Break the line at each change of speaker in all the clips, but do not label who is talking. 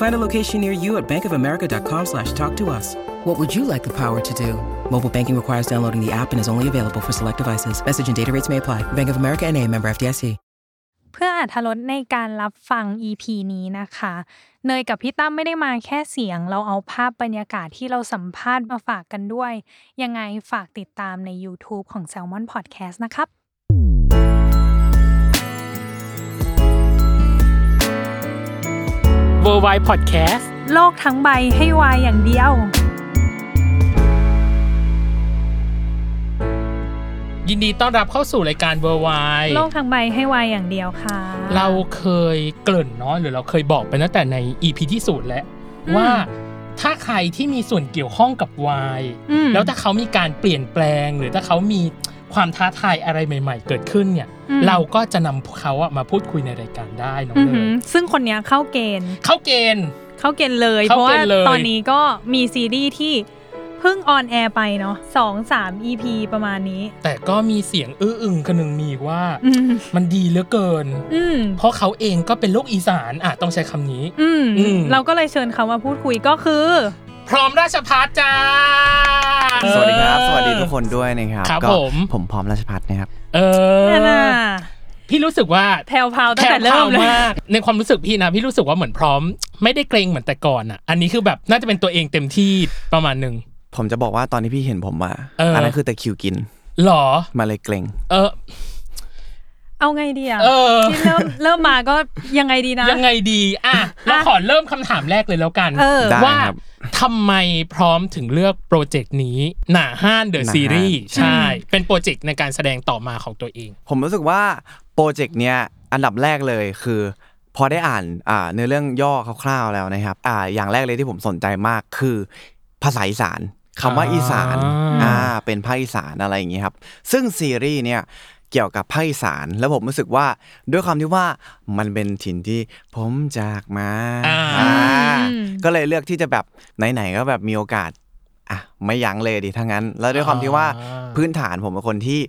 Find a location near you at bankofamerica.com slash talk to us. What would you like the power to do? Mobile banking requires downloading the app and is only available for select devices. Message and data rates may apply. Bank of America and a member FDIC.
เพื่ออาธรสในการรับฟัง EP นี้นะคะ เนยกับพี่ตั้มไม่ได้มาแค่เสียง เราเอาภาพบรรยากาศที่เราสัมภาษณ์มาฝากกันด้วย ยังไงฝากติดตามใน YouTube ของ Salmon Podcast นะครับ
w o r l d w i d e Podcast
โลกทั้งใบให้วายอย่างเดียว
ยินดีต้อนรับเข้าสู่รายการ w o r l d w i d e
โลกทั้งใบให้วายอย่างเดียวค่ะ
เราเคยเกริ่นเนาะหรือเราเคยบอกไปตั้งแต่ใน EP ที่สูตรแล้ว
อืม
ว่าถ้าใครที่มีส่วนเกี่ยวข้องกับวาย
อืม
แล้วถ้าเขามีการเปลี่ยนแปลง หรือถ้าเขามีความท้าทายอะไรใหม่ ๆ เกิดขึ้นเนี่ย
อืม
เราก็จะนำเขาอะมาพูดคุยในรายการได้น้อง
อือ
เล
หือย ซึ่งคนเนี้ยเข้าเกณฑ์
เข้าเกณฑ์
เข้าเกณฑ์เลย เพ
เข้า
ราะ
เก
ว่า
ณฑ์เลย
ตอนนี้ก็มีซีรีส์ที่เพิ่งออนแอร์ไปเนาะสองสาม EP ประมาณนี้
แต่ก็มีเสียงอื้ออึงคนึงมีอีกว่า
อืม
มันดีเหลือเกิน
อืม
เพราะเขาเองก็เป็นโลกอีสานอ่ะต้องใช้คำนี้
อืม
อืม
เราก็เลยเชิญเขามาพูดคุยก็คือ
พร้อมราชพัฒจ้า
สวัสดีครับ สวัสดีทุกคนด้วยนะครับ
ครับ
ก็
ผม
ผมพร้อมราชพัฒน์นะครับ
เออ
แน่น่ะ
พี่รู้สึกว่า
แพลวๆตั้งแต่เริ่มเล
แผ่วย มากในความรู้สึกพี่นะ พี่รู้สึกว่าเหมือนพร้อม ไม่ได้เกรงเหมือนแต่ก่อนอ่ะ อันนี้คือแบบน่าจะเป็นตัวเองเต็มที่ประมาณหนึ่ง
ผมจะบอกว่าตอนที่พี่เห็นผมมา
เอออั
อันนั้นคือแต่คิวกิน
หรอ
มาเลยเกรง
เออ
เอาไงดีอ่ะ
เออ
ที่เริ่มเริ่มมาก็ยังไงดีนะ
ยังไงดีอ่ะเรา
อ่ะ
ขอเริ่มคำถามแรกเลยแล้วกัน
เออ
ได้
ว่า
ครับ
ทำไมพร้อมถึงเลือกโปรเจกต์นี้ หนาห้านเดอะ
หนาห้าน
ซีรีส์ใช่ เป็นโปรเจกต์ในการแสดงต่อมาของตัวเอง
ผมรู้สึกว่าโปรเจกต์เนี้ยอันดับแรกเลยคือ พอได้อ่านอ่าเนื้อเรื่องย่อคร่าวๆแล้วนะครับอ่าอย่างแรกเลยที่ผมสนใจมากคือ ภาษาอีสานคำว่า
อ่า
อีสานอ่าเป็นภาคอีสานอะไรอย่างงี้ครับ ซึ่งซีรีส์เนี่ยเกี่ยวกับภาคอีสานแล้วผมรู้สึกว่าด้วยความที่ว่ามันเป็นถิ่นที่ผมจากมา
อ่า
อ่า
อืม
ก็เลยเลือกที่จะแบบไหนๆก็แบบมีโอกาสอ่ะไม่ยั้งเลยดิทั้างนั้น แล้วด้วยความที่ว่า
อ่า
พื้นฐานผมเป็นคนที่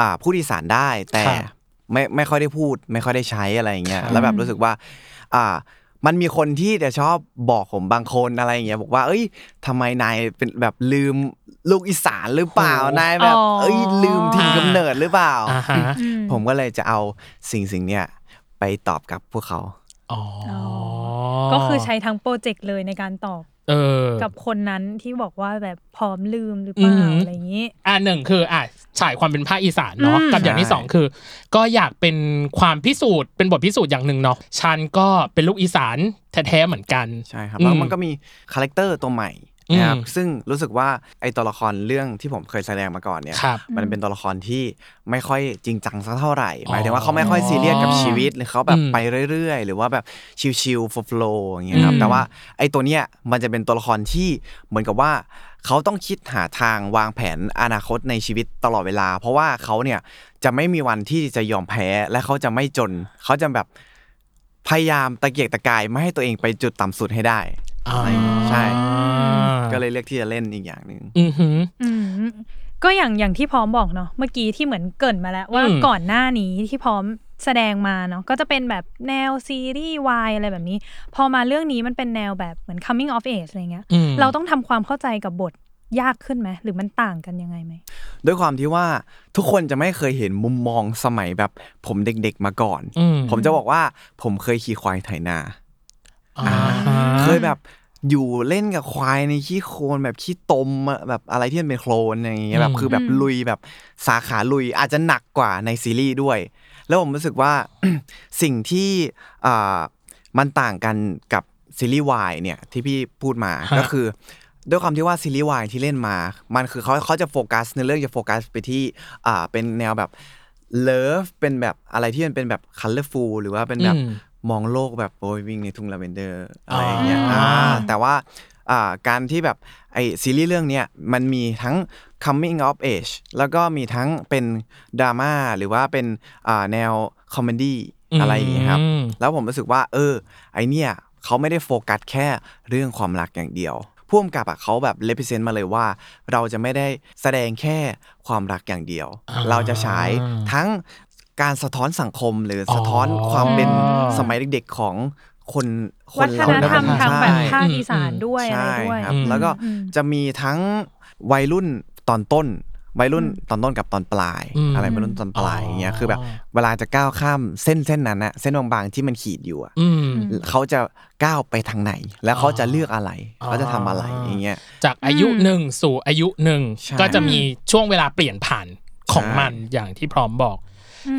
อ่าพูดอีสานได้แต่
ครับ
ไม่ไม่ค่อยได้พูด ไม่ค่อยได้ใช้อะไรอย่างเงี้ย
ครับ
แล้วแบบรู้สึกว่าอ่า มันมีคนที่จะชอบบอกผมบางคนอะไรอย่างเงี้ยบอกว่า เอ้ยทำไมนายเป็นแบบลืมลูกอีสานหรือเปล่านายแบบ
อ๋อ
เอ้ยลืมถิ่นกำเนิดหรือเปล่า
อ่าฮะ
อืม
ผมก็เลยจะเอาสิ่งสิ่งเนี้ยไปตอบกับพวกเขา
อ๋ออ
อ ก็คือใช้ทั้งโปรเจกต์เลยในการตอบ
เออ
กับคนนั้นที่บอกว่าแบบพร้อมลืมหรือเป
อื
ล่าม อะไรอย่างนี้
อ่าหนึ่งคืออ่ะฉายความเป็นภาคอีสานเนาะ
อืม
กับอย่างที่สองคือ ก็อยากเป็นความพิสูจน์เป็นบทพิสูจน์อย่างหนึ่งเนาะฉันก็เป็นลูกอีสานแท้ๆเหมือนกัน
ใช่ครับแล้ว
อืม
มันก็มีคาแรคเตอร์ตัวใหม่นะครับ
อืม
ซึ่งรู้สึกว่าไอตัวละครเรื่องที่ผมเคยแสดงมาก่อนเนี่ย
ครับ
มันเป็นตัวละครที่ไม่ค่อยจริงจังสักเท่าไหร่ หมายถึงว่าเขาไม่
อ๋อ
ค่อยซีเรียสกับชีวิตหรือเขาแบบ
อืม
ไปเรื่อยๆ หรือว่าแบบชิลๆโฟล์อย่างเงี้ยครับ
อืม
แต่ว่าไอ้ตัวเนี้ยมันจะเป็นตัวละครที่เหมือนกับว่า เขาต้องคิดหาทางวางแผนอนาคตในชีวิตตลอดเวลา เพราะว่าเขาเนี่ยจะไม่มีวันที่จะยอมแพ้และเขาจะไม่จน เขาจะแบบพยายามตะเกียกตะกายไม่ให้ตัวเองไปจุดต่ำสุดให้ได้
อ่า
อะไรอย่างเงี้ยใช่
อ่า
ก็เลยเลือกที่จะเล่นอีกอย่างหนึ่ง
อือหือ
อืมก็อย่างอย่างที่พร้อมบอกเนาะเมื่อกี้ที่เหมือนเกรินมาแล้ว ว่า
อืม
ก่อนหน้านี้ที่พร้อมแสดงมาเนาะก็จะเป็นแบบแนวซีรีส์วายอะไรแบบนี้ พอมาเรื่องนี้มันเป็นแนวแบบเหมือน coming of age อะไรเงี้ย
อืม
เราต้องทำความเข้าใจกับบทยากขึ้นไหมหรือมันต่างกันยังไงไหม
ด้วยความที่ว่าทุกคนจะไม่เคยเห็นมุมมองสมัยแบบผมเด็กๆมาก่อน
อืม
ผมจะบอกว่าผมเคยขี่ควายไถนา
อ่าฮะ
เคยแบบ อยู่เล่นกับควายในขี้โคลนแบบขี้ตมอะแบบอะไรที่มันเป็นโคลนอย่างเงี้ยแบบ
อืม
คือแบบ
อืม
ลุยแบบสาขาลุยอาจจะหนักกว่าในซีรีส์ด้วย แล้วผมรู้สึกว่า สิ่งที่อ่ามันต่างกันกับซีรีส์วายเนี่ยที่พี่พูดมา
ฮะ
ก็คือ ด้วยความที่ว่าซีรีส์วายที่เล่นมา มันคือเขาเขาจะโฟกัสในเรื่องจะโฟกัสไปที่อ่าเป็นแนวแบบเลิฟเป็นแบบอะไรที่มันเป็นแบบคัลเลอร์ฟูลหรือว่าเป็นแบบ
อืม
มองโลกแบบโอ้ยวิ่งในทุ่งลาเวนเดอร์อะไรอย่างเงี้ย
อ๋ออ่
อ่าแต่ว่าอ่าการที่แบบไอซีรีส์เรื่องเนี้ยมันมีทั้ง coming of age แล้วก็มีทั้งเป็นดราม่าหรือว่าเป็นอ่าแนวคอมเมดี้อะไรอย่างเงี้ยครับ
อืม
แล้วผมรู้สึกว่า เออ ไอเนี่ยเขาไม่ได้โฟกัสแค่เรื่องความรักอย่างเดียวพ่วงกับอะเขาแบบเลพิเซนต์มาเลยว่า เราจะไม่ได้แสดงแค่ความรักอย่างเดียว
อ่า
เราจะฉายทั้งการสะท้อนสังคมหรือสะท้อน
อ๋อ
ความเป็นสมัยเด็กๆของคนค
วัน ฒนธรรม
วัฒนธรรม
ทางแบบภาค
ใช่
อีสานด้วยอะไร
ใช่
ด้วย
ครับ
อืม
แล้วก็
อืม
จะมีทั้งวัยรุ่นตอนต้น วัยรุ่นตอนต้นกับตอนปลาย
อืม
อะไรวัยรุ่นตอนปลาย
อ๋อ
อ
อ
ย่างเงี้ยคือแบบเวลาจะก้าวข้ามเส้นเส้นนั้นอะเส้นบางๆที่มันขีดอยู่อะ
อืม
เขาจะก้าวไปทางไหน แล้วเขาจะเลือกอะไร
อ๋อ
เขาจะทำอะไรอย่างเงี้ย
จากอายุหนึ่งสู่อายุหนึ่ง
ใช่
ก็จะมีช่วงเวลาเปลี่ยนผ่านของ
ใช่
มันอย่างที่พร้อมบอก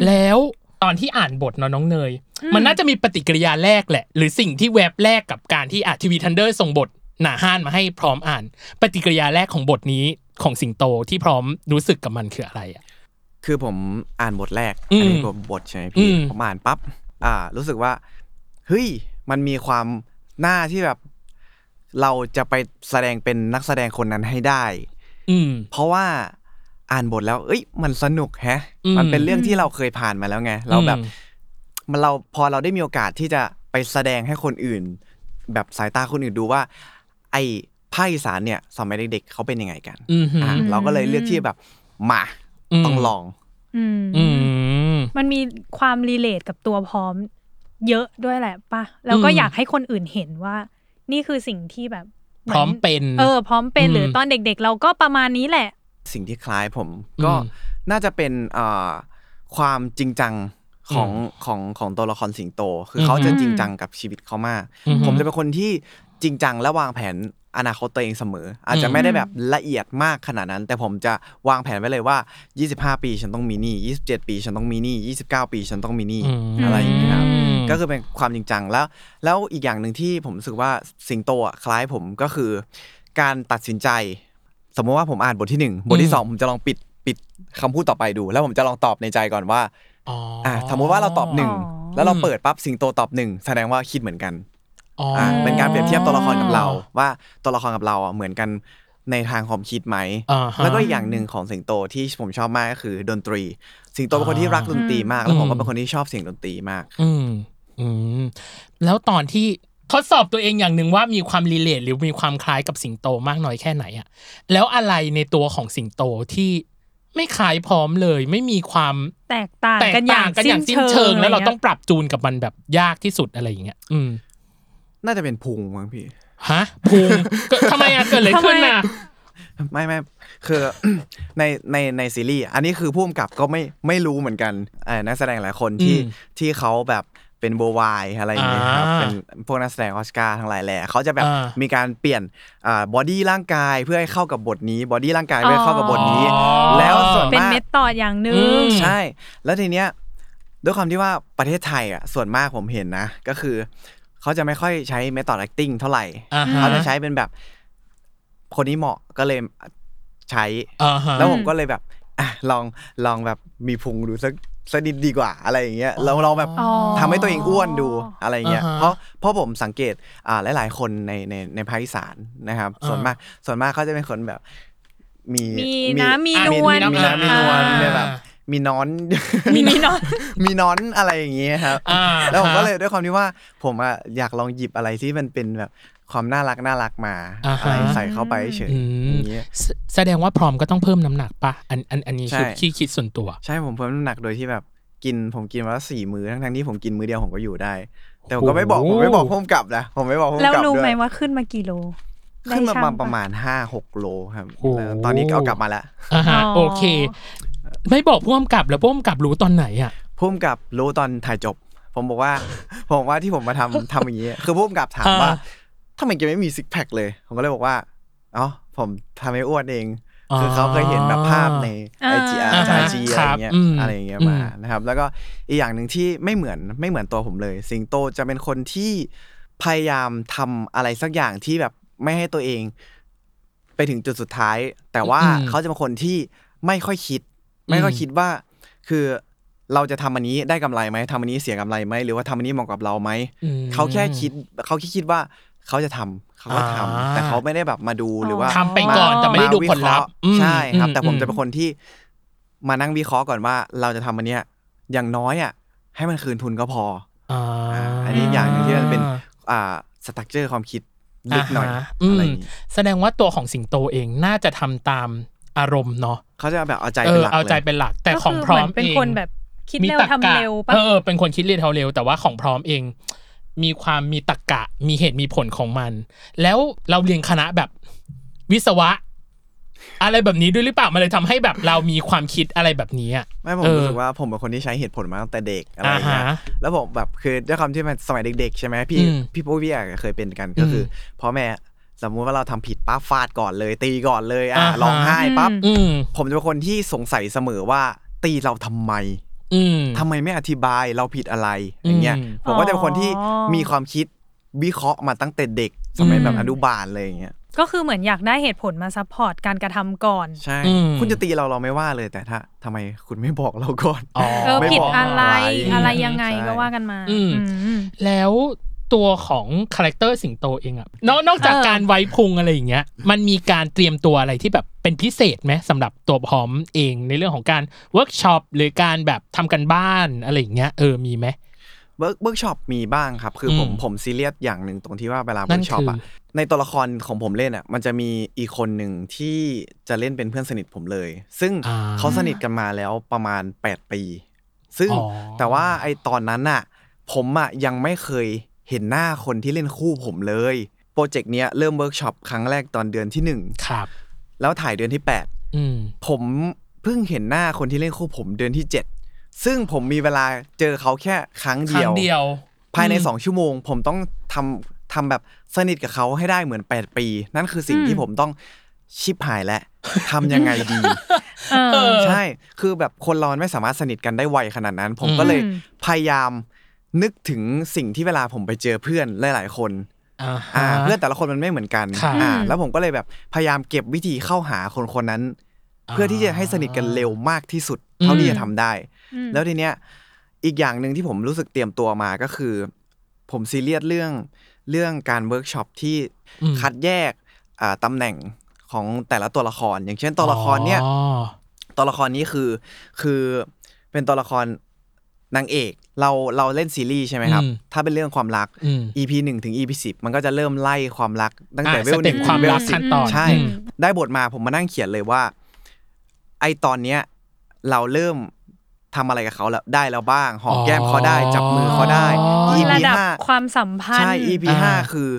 แล้วตอนที่อ่านบทเนาะน้องเนย มันน่าจะมีปฏิกิริยาแรกแหละ หรือสิ่งที่แวบแรกกับการที่อาทีวีทันเดอร์ส่งบทหนาห้านมาให้พร้อมอ่าน ปฏิกิริยาแรกของบทนี้ของสิงโตที่พร้อมรู้สึกกับมันคืออะไรอ่ะ
คือผมอ่านบทแรก
อืม
อันนี้ผมบทใช่ไหมพี่
อืม
ผมอ่านปั๊บ อ่า รู้สึกว่า เฮ้ย มันมีความหน้าที่แบบ เราจะไปแสดงเป็นนักแสดงคนนั้นให้ได้
ืม
เพราะว่าอ่านบทแล้ว เอ้ย มันสนุกแฮะ
อืม
มันเป็นเรื่องที่เราเคยผ่านมาแล้วไง เราแบบ
อืม
มันเราพอเราได้มีโอกาสที่จะไปแสดงให้คนอื่น แบบสายตาคนอื่นดูว่า ไอ้ภาคอีสานเนี่ยสมัยเด็กๆเขาเป็นยังไงกัน
อืมหืม
อ่ะเราก็เลยเลือกที่แบบมา
อืม
ต้องลอง
อืม
อืม
มันมีความรีเลทกับตัวพร้อม เยอะด้วยแหละป่ะ แล้วก็
อืม
อยากให้คนอื่นเห็นว่า นี่คือสิ่งที่แบบเห
พ
น
ร้อมเป็น
เออ พร้อมเป็น
อืม
หรือตอนเด็กๆ เราก็ประมาณนี้แหละ
สิ่งที่คล้ายผม
อืม
ก็น่าจะเป็นเอ่อความจริงจังของของของตัวละครสิงโต คืออ
ม
เขาจะจริงจังกับชีวิตเขามาก
อืม
ผมจะเป็นคนที่จริงจังและวางแผนอนาคตตัวเองเสมอ อาจจะไม่ได้แบบละเอียดมากขนาดนั้น แต่ผมจะวางแผนไว้เลยว่า 25 ปีฉันต้องมีหนี้27 ปีฉันต้องมีหนี้29 ปีฉันต้องมีหนี้
อืม
อะไรอย่างเงี้ยครับ
อืม
ก็คือเป็นความจริงจังแล้ว แล้วอีกอย่างหนึ่งที่ผมรู้สึกว่าสิงโตอ่ะคล้ายผมก็คือ การตัดสินใจ สมมติว่าผมอ่านบทที่หนึ่งบทที่สองผมจะลองปิดปิดคำพูดต่อไปดู แล้วผมจะลองตอบในใจก่อนว่า
อ๋ออ่
อ่ะสมมติว่าเราตอบหนึ่ง
อ๋อ
แล้วเราเปิดปั๊บสิงโตตอบหนึ่งแสดงว่าคิดเหมือนกัน
อ๋ออ่
ะเป็นการเปรียบเทียบตัวละครกับเรา ว่าตัวละครกับเราอ่ะเหมือนกันในทางความคิดไหม
อ่าฮะ
แล้วก็อีกอย่างหนึ่งของสิงโตที่ผมชอบมากก็คือดนตรี สิงโตเป็นคนที่รักดนตรีมาก แล้วผมก็เป็นคนที่ชอบเสียงดนตรีมาก
อืมอืมแล้วตอนที่ทดสอบตัวเองอย่างหนึ่งว่ามีความรีเลทหรือมีความคล้ายกับสิงโตมากน้อยแค่ไหนอะแล้วอะไรในตัวของสิงโตที่ไม่คล้ายพร้อมเลย ไม่มีความ
แตกต่าง
แตก
กันอ
ต่า
ย่าง ง
กันอย่าง
สิ้
สิ้น
นเชิ
เชิง
ง
แล้วเรา
อะไรเงี้ย
ต้องปรับจูนกับมันแบบยากที่สุดอะไรอย่างเงี้ยอืม
น่าจะเป็นพุงมั้งพี่
ฮะพุงก็ทำไมอะเกิดอะไรขึ้น
ทำไม
อะ
อะ
ไม่ไม่คือ ในในในซีรีส์อันนี้คือผู้กำกับก็ไม่ไม่รู้เหมือนกันเอ่อนักแสดงหลายคนที่
อืม
ที่เขาแบบเป็นโบวายอะไรอย่างเงี้ยครับ
อ่า
เป็นพวกนักแสดงออสการ์ทั้งหลายแหละเขาจะแบบ
อ่ามี
มีการเปลี่ยนบอดี้ร่างกายเพื่อให้เข้ากับบทนี้บอดี้ร่างกายเพื่อให้เข้ากับบทนี้
อ๋อ
แล้วส่วน
เป็น
มาก
เม็ดตอดอย่างหนึ่
อื
ง
ม
ใช่ แล้วทีเนี้ยด้วยความที่ว่าประเทศไทยอ่ะส่วนมากผมเห็นนะ ก็คือ เขาจะไม่ค่อยใช้ method acting เท่าไหร่
อ่าฮะ
เขาจะใช้เป็นแบบ คนนี้เหมาะก็เลยใช้
อ่าฮะ
แล้วผมก็เลยแบบอ่ะลองลองแบบมีพุงดูสักสักนิดดีกว่าอะไรอย่างเงี้ยลองลองแบบ
อ๋อ
ทำให้ตัวเองอ้วนดูอะไรอย่างเงี้ย
อ่าฮะ
เพราะเพราะผมสังเกตอ่าหลาย ๆ คนในในในภาคอีสานนะครับ
อ่า
ส่วนมากส่วนมากเขาจะเป็นคนแบบ มี
มีน้ำมี
อ่ะ
นวล
มีน้ำมีนวล
อ่า
เนี่ยแบบ มีนอน
มี นอน
มีนอนอะไรอย่างเงี้ยครับ
อ่า
แล้วผมก็เลยด้วยความที่ว่าผมอะอยากลองหยิบอะไรที่มันเป็นแบบความน่ารักน่ารักมา
อ่าฮะ
อะไรใส่เข้าไปเฉย
อื
ๆ
ม
อย่างเงี้ย
แสแสดงว่าพร้อมก็ต้องเพิ่มน้ำหนักปะอันอันอันนี้คือ
ใช่
ที่คิดส่วนตัว
ใช่ผมเพิ่มน้ำหนักโดยที่แบบกินผมกินวันละสี่มื้อทั้งทั้งๆที่ผมกินมื้อเดียวผมก็อยู่ได้ แต่ผมก็ไม่บอก
โอ้
ผ
โห
มไม่บอกพุ่มกลับนะผมไม่บอกพุ่ม
แล้ว
กลับ
รู้
ด้
ไหม
วย
ว่าขึ้นมากี่โล
ขึ้นมา
ได้
ป
ช่
ระ
ง
ประมาณห้าหกโลครับ
โอ้โห
แล้วตอนนี้ก็เอากลับมาแล้ว
อ่าฮะ
อ๋อ
โอเค ไม่บอกพ่วมกับแล้วพ่วมกับรู้ตอนไหนอ่ะ
พุ่มกับรู้ตอนถ่ายจบ ผมบอกว่า ผมบอกว่าที่ผมมาทำทำอย่างนี้ คือพุ่มกับถามว่า ทำไมแกไม่มีซิกแพคเลย ผมก็เลยบอกว่าเอ๋อผมทำให้อ้วนเอง คือเขาเคยเห็นแบบภาพใน
อ่า
ไอจีอา
อ่า
ร์จี
ค
อะไร
รับ
เงี้ย
อืม
อะไรเงี้ย
อืม
มานะครับ แล้วก็อีกอย่างหนึ่งที่ไม่เหมือนไม่เหมือนตัวผมเลย สิงโตจะเป็นคนที่พยายามทำอะไรสักอย่างที่แบบไม่ให้ตัวเอง ไปถึงจุดสุดท้าย แต่ว่า
อืม
เขาจะเป็นคนที่ไม่ค่อยคิด ไม่ค่อยคิดว่า คือเราจะทำอันนี้ได้กำไรไหมทำอันนี้เสียกำไรไหมหรือว่าทำอันนี้เหมาะกับเราไหม
อืม
เขาแค่คิดเขาแค่คิดว่าเขาจะทำเขาก็ทำ
อ่า
แต่เขาไม่ได้แบบมาดูหรือว่า
ทำไปก่อนแต่ไม่ได้ดูผลลัพธ์อืม
ใช่ครับ แต่ผม
อื
จะเป็นคนที่มานั่งวิเคราะห์ก่อนว่าเราจะทำอันเนี้ยอย่างน้อยอ่ะให้มันคืนทุนก็พอ
อา
อ่าอันนี้อย่างหนึ่งที่มันเป็นอ่าสตั๊กเจอร์ความคิดลึกหน่อย
าฮะ
อะไรอย่าง
ม
งี้
แสดงว่าตัวของสิงโตเองน่าจะทำตามอารมณ์เนาะ
เขาจะแบบเอาใจ
เอ
เป็น
อ
หลัก
เอาใจ
เลย
เป็นหลักแต่
ก็
ของ
คื
พร้อม
เหนเป็น
อง
คนแบบคิด
มี
เร็ว
ตรรกะ
ทำเร็วปะ
เออเป็นคนคิดเร็วทำเร็ว แต่ว่าของพร้อมเอง มีความมีตรรกะ มีเหตุมีผลของมัน แล้วเราเรียนคณะแบบวิศวะ อะไรแบบนี้ด้วยหรือเปล่ามันเลยทำให้แบบเรามีความคิดอะไรแบบนี้อะ
ไม่ผม
เออ
รู้สึกว่าผมเป็นคนที่ใช้เหตุผลมาตั้งแต่เด็กอะไรอย่างเงี้ย
อ่าฮะ
แล้วผมแบบคือด้วยความที่มันสมัยเด็ก ๆ ใช่ไหมพี่
อืม
พี่ปุ๊พี่อ่ะเคยเป็นกันก็คือพ่อแม่สมมุติว่าเราทำผิดปั๊บฟาดก่อนเลย ตีก่อนเลยอ่ะ
อ่าฮะ
ร้องไห้ปั๊บ
อืม
ผมจะเป็นคนที่สงสัยเสมอว่าตีเราทำไม
อืม
ทำไมไม่อธิบายเราผิดอะไรอย่างเงี้ย
อืม
ผมก็จะเป็นคนที่
อ๋อ
มีความคิดวิเคราะห์มาตั้งแต่เด็ก สมัย
อืม
แบบอนุบาลเลยอย่างเงี้ย
ก็คือเหมือนอยากได้เหตุผลมาซัพพอร์ตการกระทำก่อน
ใช่
อืม
คุณจะตีเราเราไม่ว่าเลยแต่ถ้าทำไมคุณไม่บอกเราก่อน
อ๋อ
เออ
ไม่
ผิด
บอก
อะไร
อะไร
อะไรยังไง
ใช่
ก็ว่ากันมา
อืม
อืม
แล้วตัวของคาแรคเตอร์สิงโตเองอะนอกนอกจาก
เออ
การไว้พุงอะไรอย่างเงี้ย มันมีการเตรียมตัวอะไรที่แบบเป็นพิเศษไหมสำหรับตัวพร้อมเองในเรื่องของการเวิร์กช็อปหรือการแบบทำกันบ้านอะไรอย่างเงี้ยเออมีไหม
เวิร์กเวิร์กช็อปมีบ้างครับ คืออ
ม
ผมผมซีเรียสอย่างหนึ่งตรงที่ว่าเวลา
นั่
เวิ
น
ร์กช็อป
คืออ่
อะในตัวละครของผมเล่นอะมันจะมีอีกคนหนึ่งที่จะเล่นเป็นเพื่อนสนิทผมเลย ซึ่ง
อ่
เขาสนิทกันมาแล้วประมาณ 8 ปี ซึ่ง
อ๋อ
แต่ว่าไอตอนนั้นอะผมอะยังไม่เคยเห็นหน้าคนที่เล่นคู่ผมเลย โปรเจกต์เนี้ยเริ่มเวิร์กช็อปครั้งแรกตอนเดือนทีหนึ่ง
ครับ
แล้วถ่ายเดือนที่ 8
อืม
ผมเพิ่งเห็นหน้าคนที่เล่นคู่ผมเดือนที่ 7 ซึ่งผมมีเวลาเจอเขาแค่ครั้ง
ค
เดี
รั้
ย
ง
ว
เดียว
ภายใน
อืม
2 ชั่วโมง ผมต้องทำทำแบบสนิทกับเขาให้ได้เหมือน 8 ปี นั่นคือสิ่ง
อืม
ที่ผมต้องชิบหายและ ทำยังไงดี
เออ
เออ
ใช่ คือแบบคนเราไม่สามารถสนิทกันได้ไวขนาดนั้น ผมก็เลย
อืม
พยายามนึกถึงสิ่งที่เวลาผมไปเจอเพื่อนหลาย ๆ คน
อ่า
อ่า
ฮะ
เพื่อนแต่ละคนมันไม่เหมือนกัน
ครับ
อ่า
อืม
แล้วผมก็เลยแบบพยายามเก็บวิธีเข้าหาคนคนนั้น
อ่า
เพื่อที่จะให้สนิทกันเร็วมากที่สุด เท่าที่จะทำได้
อืม
แล้วทีเนี้ยอีกอย่างหนึ่งที่ผมรู้สึกเตรียมตัวมาก็คือ ผมซีเรียสเรื่องเรื่องการเวิร์กช็อปที่
อืม
คัดแยกอ่าตำแหน่งของแต่ละตัวละคร อย่างเช่นตัวละครเนี้ย
อ๋อ
ตัวละครนี้คือคือเป็นตัวละครนางเอก เราเราเล่นซีรีส์ใช่ไหมครับ
อืม
ถ้าเป็นเรื่องความรัก
อืม
EP หนึ่งถึง EP สิบมันก็จะเริ่มไล่ความรักตั้งแต่
อ่ะ
เว
ส
ลห
เต็
นึ่
ป
ง
ความ
เวล
รัก
สิ
ขั้
บ
นตอน
ใช่
อืม
ได้บทมาผมมานั่งเขียนเลยว่า ไอตอนเนี้ยเราเริ่มทำอะไรกับเขาแล้วได้แล้วบ้าง หอมแก้มเขาได้จับมือเขาได้
อ๋อ
EP
ระดับ
ห้า
ความสัมพันธ์
ใช่ EP
อ่า
ห้าคือ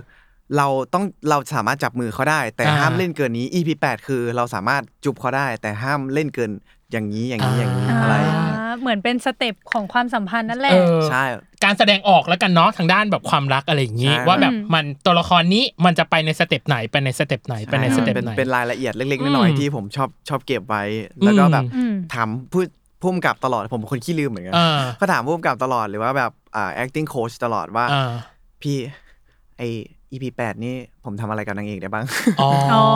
เราต้องเราสามารถจับมือเขาได้ แต่
อ่า
ห้ามเล่นเกินนี้ EP แปดคือเราสามารถจุบเขาได้ แต่ห้ามเล่นเกินอย่างนี้อย่างนี้
อ่า
อย่างนี้
อ่า
อะไร
เหมือนเป็นสเต็ปของความสัมพันธ์นั่นแห
เอ
ละ
อ
ใช่
การแสดงออกแล้วกันเนาะทางด้านแบบความรักอะไรอย่างนี้
ใช่
ว่าแบบ
อืม
มันตัวละครนี้มันจะไปในสเต็ปไหนไปในสเต็ปไหนไปในสเต็ป
เป็น
ไหน
เป็นรายละเอียดเล็กๆน้อย
อืม
ๆที่ผมชอบชอบเก็บไว้ แล้วก็แบบ
อืม
ถามผู้พุ่มกับตลอดผมเป็นคนขี้ลืมเหมือนกัน
อ่า
ก็ถามพุ่มกับตลอดหรือว่าแบบอ่า acting coach ตลอดว่า
อ่า
พี่ไอ EP แปดนี่ผมทำอะไรกับนางเอกได้บ้าง
อ๋อ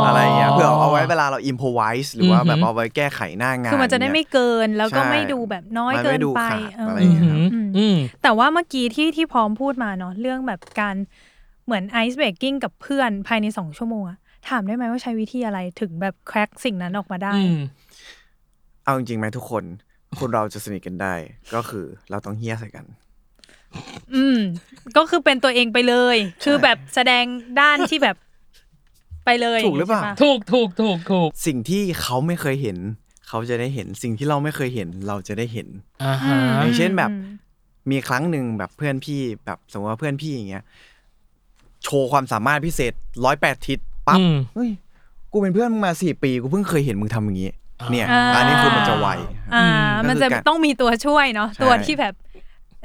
อะไรอย่างเงี้ยเผื่อเอาไว้เวลาเรา improvise หรือว่า
อือหือ
แบบเอาไว้แก้ไขหน้างาน
คือมันจะได้
เนี่ย
ไม่เกินแล้วก็
ใช่
ไม่ดูแบบน้อย
มัน
เกิ
ไม่
น
ดู
ไป
ขาด
เออ
อะไร
อ
ย่างเงี้ย
อืมอืม
แต่ว่าเมื่อกี้ที่ที่พร้อมพูดมาเนาะเรื่องแบบการเหมือนไอซ์เบรกกิ้งกับเพื่อนภายในสองชั่วโมงอะถามได้ไหมว่าใช้วิธีอะไรถึงแบบแคร็กสิ่งนั้นออกมาได้
เอาจริงๆไหมทุกคนคนเราจะสนิทกันได้ ก็คือเราต้องเฮี้ยใส่กัน
อืม ก็คือเป็นตัวเองไปเลย คือแบบแสดงด้านที่แบบไปเลย
ถูกหรือเปล่า
ใช่ปะ
ถูกถูกถูกถูก
สิ่งที่เขาไม่เคยเห็น เขาจะได้เห็นสิ่งที่เราไม่เคยเห็น เราจะได้เห็น
อ่าฮะ
อย่า
อื
ง
ม
เช่นแบบ
อืม
มีครั้งหนึ่งแบบเพื่อนพี่แบบสมมติว่าเพื่อนพี่อย่างเงี้ยโชว์ความสามารถพิเศษร้อยแปดทิศปั๊บ
อืม
เฮ้ยกูเป็นเพื่อนมึงมาสี่ปีกูเพิ่งเคยเห็นมึงทำอย่างงี้ เนี่ย
อ่า
อันนี้คือมันจะไว
อ่า มันจะ
ก็คือการ
ต้องมีตัวช่วยเนาะ
ใช่
ตัวที่แบบ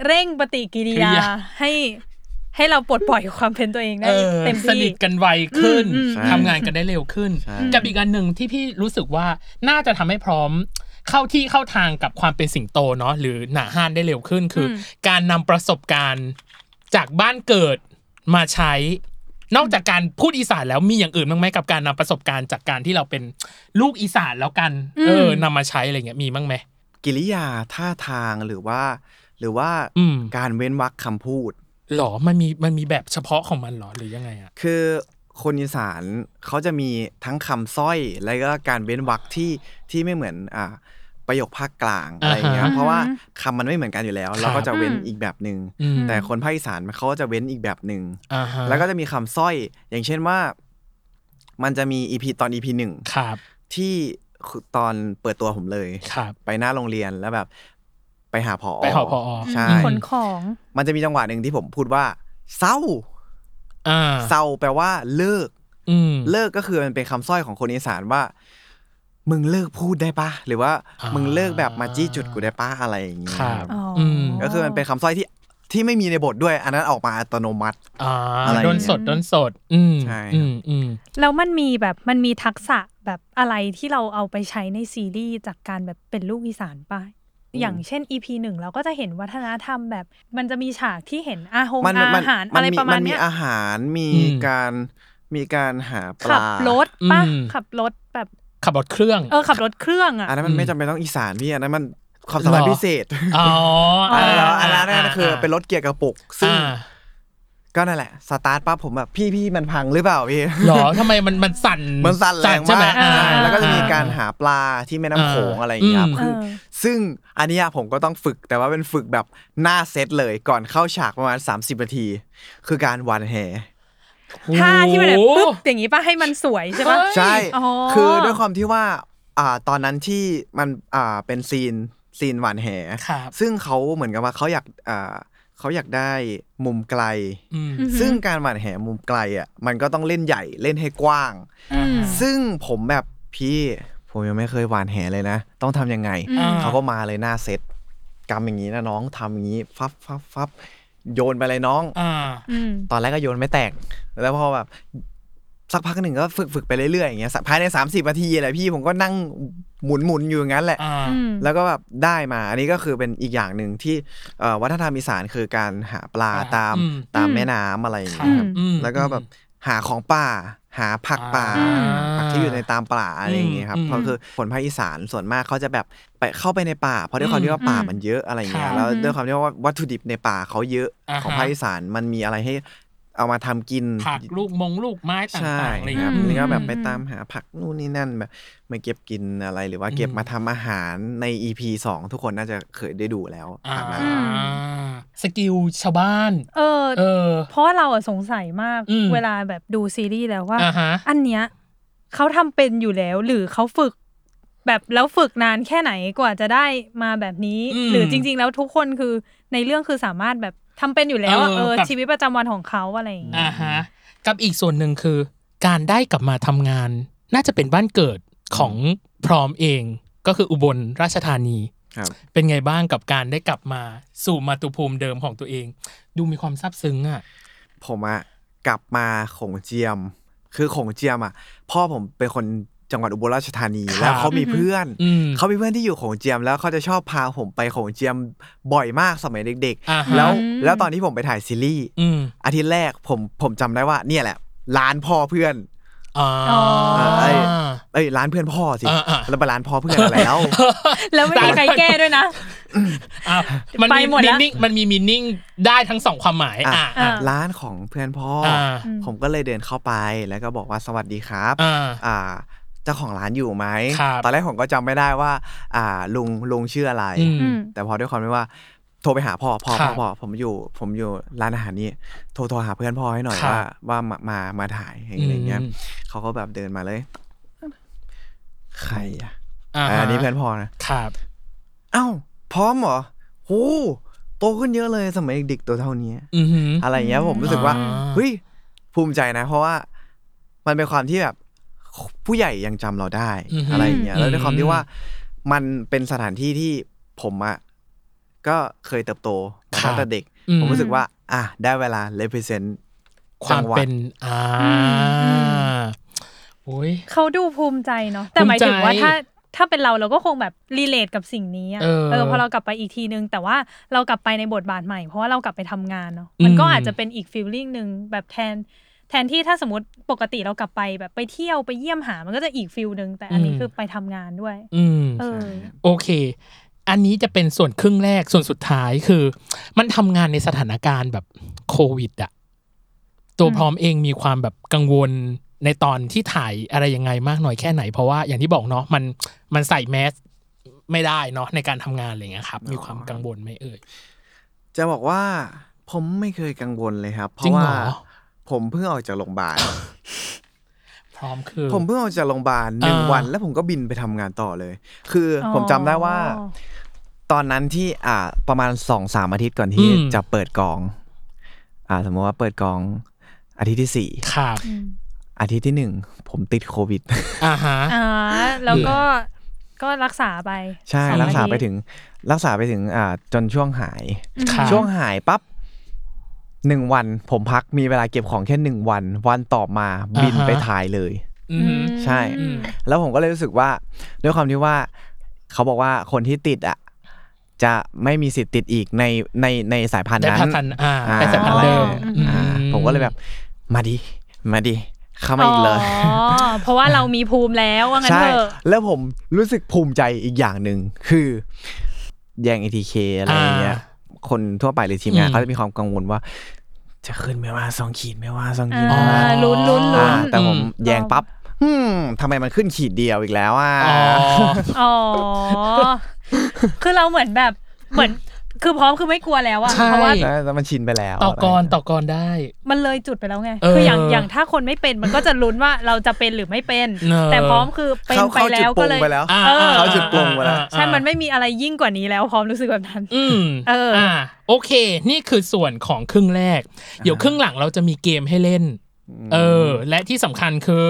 เร่งปฏิกิริยา
กิริยา
ให้ ให้เราปลดปล่อยความเป็นตัวเองได้
เออ
เต็ม
ส
ที่
นิทกันไวขึ้น
อืมอืม
ทำงานกันได้เร็วขึ้น
ใช่
กับอีกอันหนึ่งที่พี่รู้สึกว่าน่าจะทำให้พร้อมเข้าที่เข้าทางกับความเป็นสิงโตเนาะหรือหนาห้านได้เร็วขึ้นคืออการนำประสบการณ์จากบ้านเกิดมาใช้ นอกจากการพูดอีสานแล้วมีอย่างอื่นบ้างไหมกับการนำประสบการณ์จากการที่เราเป็นลูกอีสานแล้วกันเอออนำมาใช้อะไรเงี้ยมีบ้างไหม
กิริยาท่าทางหรือว่า หรือว่า
อืม
การเว้นวรรคคำพูด
หรอมันมีมันมีแบบเฉพาะของมันหรอหรือยังไงอะ
คือคนอีสานเขาจะมีทั้งคำสร้อย และก็การเว้นวรรคที่ที่ไม่เหมือนอ่าประโยคภาคกลางอะไรอย่างเงี้ย
อ่าฮะ
เพราะว่าคำมันไม่เหมือนกันอยู่แล้ว
ครับ
เราก็จะเว้น
อืม
อีกแบบหนึ่ง
อืม
แต่คนภาคอีสานเขาก็จะเว้นอีกแบบหนึ่ง
อ่าฮะ
แล้วก็จะมีคำสร้อย อย่างเช่นว่า มันจะมีอีพีตอนอีพีหนึ่ง
ครับ
ที่ตอนเปิดตัวผมเลย
ครับ
ไปหน้าโรงเรียนแล้วแบบไปหาพอ
ไปหาผอ
ใช่
ขนของ
มันจะมีจังหวะหนึ่งที่ผมพูดว่า เศร้า
อ่า
เศร้าแปลว่าเลิก
อืม
เลิกก็คือมันเป็นคำสร้อยของคนอีสานว่า มึงเลิกพูดได้ปะหรือว่า
อ่ามึ
มึงเลิกแบบมาจี้จุดกูได้ปะอะไรอย่างเงี้ย
ครับ
อ๋ออ
ม
ก็คือมันเป็นคำสร้อยที่ที่ไม่มีในบทด้วย อันนั้นออกมาอัตโนมัติ
อ่า
อะไรอย่างเงี้ย
โดนสดโดนสด อืม
ใช่
อืมอืม
แล้วมันมีแบบมันมีทักษะแบบอะไรที่เราเอาไปใช้ในซีรีส์จากการแบบเป็นลูกอีสานป่ะอย่างเช่น EP หนึ่งเราก็จะเห็นวัฒนธรรมแบบ มันจะมีฉากที่เห็นอาหง
มัมั
อาหาร
มั
อะไร
มี
ประมา
มั
ณ
มี
เนี้ย
อาหารมีการมีการหาป
ขั
ลา
บรถป่ะขับรถแบบ
ขับรถเครื่อง
เออขับรถเครื่องอ่ะ
อันนั้นมันไม่จำเป็นต้องอีสานพี่อันนั้นมันความสามาร
ห
ถ
รอ
พิเศษ
อ๋อ
อ่า
อ่า
อันนั้นอันนั้นคือเป็นรถเกียร์กระปุกซึ่ง
อ่า
ก็นั่นแหละ สตาร์ทปั๊บผมแบบ พี่พี่มันพังหรือเปล่าพี่
หรอทำไมมันมันสั่น
มันสั่นแรง
ใช่ไห
มาก
อ่า
ใช่แล้วก็จะมีการหาปลาที่แม่น้ำโขงอะไรอย่างเงี้ย
อื
ค
ม
รับคือ
เออ
ซึ่งอันเนี้ยผมก็ต้องฝึกแต่ว่าเป็นฝึกแบบหน้าเซตเลยก่อนเข้าฉากประมาณ 30นาที คือการวันแห
ท่าที่มันแบบ
โอ้โห
ปึ๊บอย่างนี้ป่ะให้มันสวยใช่ป่ะ
ใช่
อ๋อ
คือด้วยความที่ว่าอ่าตอนนั้นที่มันอ่าเป็นซีนซีนหวานแห
ครับ
ซึ่งเขาเหมือนกับว่าเขาอยากอ่าเขาอยากได้มุมไกล
อืม
ซึ่งการหวานแหมุมไกลอ่ะมันก็ต้องเล่นใหญ่เล่นให้กว้าง
อืม
ซึ่งผมแบบพี่ผมยังไม่เคยหวานแหเลยนะ ต้องทำยังไง
อ่า
เขาก็มาเลยหน้าเซตกำอย่างนี้นะน้องทำอย่างนี้ฟับฟับฟับโยนไปเลยน้อง
อ่า
อืม
ตอนแรกก็โยนไม่แตก แล้วพอแบบ สักพักหนึ่งก็ฝึกฝึกไปเรื่อยๆอย่างเงี้ยภายใน 30นาทีแหละพี่ผมก็นั่งหมุนหมุนอยู่อย่างนั้นแหละ
อ่า
อืม
แล้วก็แบบได้มาอันนี้ก็คือเป็นอีกอย่างหนึ่งที่เอ่อวัฒนธรรมอีสานคือการหาปลา
อ่า
ตาม
อืม
ตามแม่น้ำอะไรอย่าง
ครั
เงี้ยครับ บ
อืม
แล้วก็แบบหาของป่า หาผักป่า
อ่า
ผักที่อยู่ในตามป่าอะไรอย่างเงี้ยครั
อื
บ
ม
เพราะคือคนภาคอีสานส่วนมากเขาจะแบบไปเข้าไปในป่า เพราะด้วยความที่ว่าป่ามันเยอะอะไรเงี้
ครั
ย
บ
แล้วด้วยความที่ว่าวัตถุดิบในป่าเขาเยอะ
อ่าฮะ
ของภาคอีสานมันมีอะไรให้เอามาทำกิน
ผักลูกมงลูกไม้ต่า
ใช่
งๆอะไร
ค
เงี้
รั
ย
บ
อืม
แล้วก็แบบไปตามหาผักนู่นนี่นั่นแบบมาเก็บกินอะไรหรือว่าเก็บ
อืม
มาทำอาหารใน EP สองทุกคนน่าจะเคยได้ดูแล้ว
อ่า
ผ่านมา
สกิลชาวบ้าน
เออ
เออ
เพราะว่าเราอะสงสัยมาก
อืม
เวลาแบบดูซีรีส์แล้วว่า
อ่าฮะ
อันเนี้ยเขาทำเป็นอยู่แล้ว หรือเขาฝึก แบบแล้วฝึกนานแค่ไหนกว่าจะได้มาแบบนี้
อืม
หรือจริง ๆ แล้วทุกคนคือในเรื่องคือสามารถแบบทำเป็นอยู่แล้วอะ
เออ
เออ
แบบ
ชีวิตประจำวันของเขาอะไรอย่างเงี้ย
อ่าฮะกับอีกส่วนหนึ่งคือ การได้กลับมาทำงาน น่าจะเป็นบ้านเกิดของพร้อมเอง ก็คืออุบลราชธานี
ครับ
เป็นไงบ้างกับการได้กลับมาสู่มาตุภูมิเดิมของตัวเอง ดูมีความซาบซึ้งอ่ะ
ผมอะกลับมาโของเจียม คือโของเจียมอะพ่อผมเป็นคนจังหวัดอุบลราชธานี
ครับ
แล้วเขามีเพื่อน
อืม
เขามีเพื่อนที่อยู่โของเจียมแล้วเขาจะชอบพาผมไปโของเจียมบ่อยมากสมัยเด็ก
อ่าฮะ
ๆ แล้วแล้วตอนที่ผมไปถ่ายซีรีส์
อืม
อาทิตย์แรกผมผมจำได้ว่าเนี่ยแหละ ร้านพ่อเพื่อน
อ่า
ไอ้ เอ้ยร้านเพื่อนพ่อสิ
อ่าอ่า
แล้วไปร้านพ่อเพื่อนอะไรแล้ว
แล้วไม่มีใครแก้ด้วยนะ
อ่ะมัน
ไป
มี
หมด
มิ
ละ
นิ่งมันมีมินิ่งได้ทั้งสองความหมาย อ่าอ่า
ร้านของเพื่อนพ่ออา ผมก็เลยเดินเข้าไปแล้วก็บอกว่าสวัสดีครับ
อ่า
อ่าเจ้าของร้านอยู่ไหม
ครับ
ตอนแรกผมก็จำไม่ได้ว่า อ่าลุงลุงชื่ออะไร
อืม
อืม
แต่พอด้วยความที่ว่า โทรไปหาพ่อพ่อ
ครั
พ่อบ พ่อผมอยู่ ผมอยู่ร้านอาหารนี้โทรโทรหาเพื่อนพ่อให้หน่อย
ครับ
ว่าว่ามามามาถ่ายอะไรอย่างเงี้ย
อืม
เขาก็แบบเดินมาเลย ใครอ่ะ
อ่า
อันนี้เพื่อนพ่อนะ
ครับ
เอ้า พร้อมเหรอโหโตขึ้นเยอะเลยสมัยเด็กๆตัวเท่านี้
อือหือ
อะไรอย่างเงี้ยผมรู้สึกว่า
อ่า
เฮ้ยภูมิใจนะ เพราะว่ามันเป็นความที่แบบผู้ใหญ่ยังจำเราได้
อือฮึ
อะไรอย่างเงี้ยแล้วด้วยความที่
อืม
ว่ามันเป็นสถานที่ที่ผมอะก็เคยเติบโตมา
ครับ
ตั้งแต่เด็ก
อืม
ผมรู้สึกว่า อ่ะได้เวลา represent
ความ
จังหวะ
เป็นอ่า
อืมอื
โอ้ย
เขาดูภูมิใจเนาะแต่
ภูมิ
ห
ใจ
มายถึงว่าถ้าถ้าเป็นเราเราก็คงแบบรีเลทกับสิ่งนี้อะ
เออ
พอเรากลับไปอีกทีนึง แต่ว่าเรากลับไปในบทบาทใหม่ เพราะว่าเรากลับไปทำงานเนาะมันก็
อืม
อาจจะเป็นอีกฟีลลิ่งหนึ่งแบบแทน แทนที่ถ้าสมมติปกติเรากลับไปแบบไปเที่ยวไปเยี่ยมหา มันก็จะอีกฟีลหนึ่งแต่อันนี้คือไปทำงานด้วย
อืม
เออ
โอเค อันนี้จะเป็นส่วนครึ่งแรกส่วนสุดท้ายคือ มันทำงานในสถานการณ์แบบโควิดอะตัว
อืม
พร้อมเองมีความแบบกังวลในตอนที่ถ่ายอะไรยังไงมากน้อยแค่ไหน เพราะว่าอย่างที่บอกเนาะมันมันใส่แมสไม่ได้เนาะในการทำงานอะไรอย่างเงี้ยครับ มีความกังวลไหมเอ่ย
จะบอกว่าผมไม่เคยกังวลเลยครับ เพ
จริ
ราะ
งเหร
ว่า
อ
ผมเพิ่งออกจากโรงพยาบาล
พร้อมคือ
ผมเพิ่งออกจากโรงพยาบาลหนึ่ง
อ่า
วัน แล้วผมก็บินไปทำงานต่อเลย คืออผมจำได้ว่า ตอนนั้นที่อ่าประมาณสองสามอาทิตย์ก่อนที่
อืม
จะเปิดกอง อ่า สมมติว่าเปิดกองอาทิตย์ที่สี่
ครับ
อาทิตย์ที่หนึ่งผมติดโควิด
อ่าฮะ
อ่าแล้วก็ก็รักษาไป
ใช่
สอง
รักษาไป
อาทิตย์
ถึงรักษาไปถึงอ่าจนช่วงหาย
อืม
ครับ
ช่วงหายปั๊บหนึ่งวัน ผมพักมีเวลาเก็บของแค่หนึ่งวัน วันต่อมาบินไป
อ่าฮะ
ถ่ายเลย
อื
อื
ม
ม
ใช่
อืม
แล้วผมก็เลยรู้สึกว่าด้วยความที่ว่า เขาบอกว่าคนที่ติดอ่ะ จะไม่มีสิทธิ์ติดอีกในในในสายพันธุ์
ได้
นั้
พั
น
ฒนาอ่า
อ่า
ไปสายพันธุ์เดิม
อ๋ออื
ม
อ่าผมก็เลยแบบ มาดิ มาดิ เข้ามาอีกเลย
อ๋อ เพราะว่าเรามีภูมิแล้วว่างั้น
ใช่
เถอะ
แล้วผมรู้สึกภูมิใจอีกอย่างหนึ่งคือแยง ATK อะไรอย่างเงี้ย
อ่
คนทั่วไปหรือทีมงา
อื
น
ม
เขาจะมีความกังวลว่า จะขึ้นไหม่ว่าสองขีดไหม่ว่าสองขีด
อ่า
ไหมว่า
ลุ้นลุ้นลุ้น
อ่าแต่ผมแยงปั๊บอืมทำไมมันขึ้นขีดเดียวอีกแล้วอ่ะ
อ๋อ
อ๋อ คือเราเหมือนแบบ เหมือน คือพร้อมคือไม่กลัวแล้วอะ
ใช่
เพราะว่า
แล้วแล้วมันชินไปแล้ว
ต่อกรต่อกรได้
มันเลยจุดไปแล้วไง
เออ
คืออย่าง อย่างถ้าคนไม่เป็น มันก็จะลุ้นว่าเราจะเป็นหรือไม่เป็น
เออ
แต่พร้อมคือเป็น
เขา
ไป
เข้าจุ
แล้
ด
ว
ป
ก็
รุง
เลย
ไปแล้ว
อ่า
เออ
เขาจุดปรุงไปแล้ว
ใช่ มันไม่มีอะไรยิ่งกว่านี้แล้วพร้อมรู้สึกแบบนั้น
อืม
เอออ่
่า โอเค นี่คือส่วนของครึ่งแรก เดี๋ยวครึ่งหลังเราจะมีเกมให้เล่น เออ และที่สำคัญคือ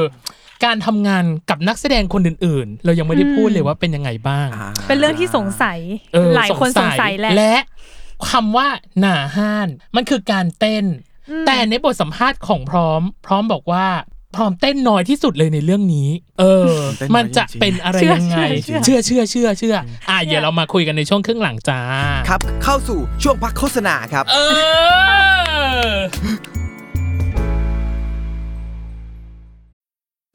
การทำงานกับนักแสดงคนอื่นๆ เรายังไม่ได้พูดเลยว่าเป็นยังไงบ้าง
อ่า
เป็นเรื่องที่สงสัย
เออ
หลายคนสงสัยแหละ
และคำว่าหนาห้าน มันคือการเต้น
อืม
แต่ในบทสัมภาษณ์ของพร้อม พร้อมบอกว่าพร้อมเต้นน้อยที่สุดเลยในเรื่องนี้ เออ
เต้นน้อยจริงๆ
มันจะเป็นอะไรยังไง เชื่อเชื่อเชื่อเชื่ออ่ะเดี๋ยวเรามาคุยกันในช่วงครึ่งหลังจ้า
ครับเข้าสู่ช่วงพักโฆษณาครับ
เออ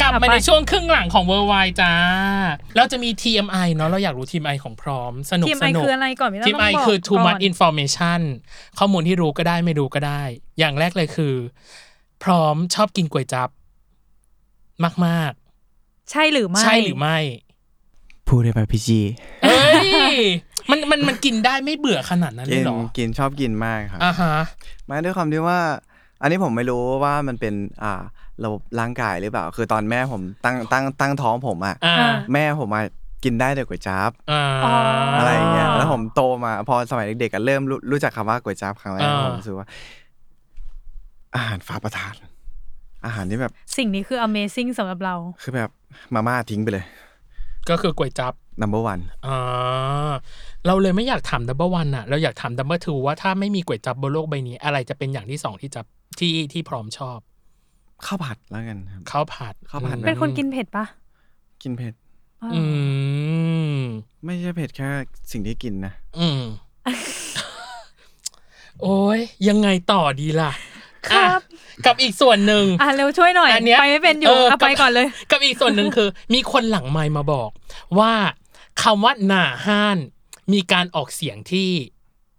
กลับ
กลับ
มา
ไป
ในช่วงครึ่งหลังของเวอร์ไวจ้า เราจะมี TMI เนาะเราอยากรู้ TMI ของพร้อม สนุก
ทีม
ส
ไอ
นุก
คืออะไรก่อนพี่ต้นต้ง
TMI
บก
คือ too
ก่น
much information ข้อมูลที่รู้ก็ได้ไม่รู้ก็ได้ อย่างแรกเลยคือ พร้อมชอบกินก๋วยจับ มาก
ใช่หรือ
ๆ
ไม่
ใช่หรือไม่
พูดได้ไปพี่จี
เอ้ย มันมันมันกินได้ไม่เบื่อขนาดนั้นเล
กิ
ย
น
เหรอ
กินชอบกินมากครับ
อ่าฮะ
มาด้วยความที่ว่า อันนี้ผมไม่รู้ว่ามันเป็นอ่าระบบร่างกายหรือเปล่า คือตอนแม่ผมตั้งตั้งตั้งท้องผมอ่ะ
อ่า
แม่ผมมากินได้แต่ก๋วยจั๊บ
อ่า
อะไรอย่างเงี้ย
อ่า
แล้วผมโตมาพอสมัยเด็กๆก็เริ่มรู้รู้จักคำว่าก๋วยจั๊บครั้งแรก
อ่า
ผมรู้สึกว่า อาหารฟ้าประทาน อาหารที่แบบ
สิ่งนี้คือ amazing สำหรับเรา
คือแบบมาม่าทิ้งไปเลย
ก็คือก๋วยจับ
number one
อ่าเราเลยไม่อยากถามดับเบิลวันอะเราอยากถามดับเบิลทูว่าถ้าไม่มีก๋วยจับบนโลกใบนี้ อะไรจะเป็นอย่างที่สองที่จับที่ที่พร้อมชอบ
ข้าวผัดแล้วกันครับ
ข้าวผัด
ข้าวผัด
อืม
เป็นคนกินเผ็ดปะ
กินเผ็ด
อืม
ไม่ใช่เผ็ดแค่สิ่งที่กินนะ
อืม โอ้ยยังไงต่อดีล่ะ
ครับ
อ่ะกับอีกส่วนหนึ่ง
อ่ะเร็วช่วยหน่อย
อันเนี้ย
ไปไม่เป็นอยู่เอาไป
บ
ก่อนเลย
กับอีกส่วนหนึ่งคือ มีคนหลังไมค์มาบอกว่าคำว่าหน้าห้าน มีการออกเสียงที่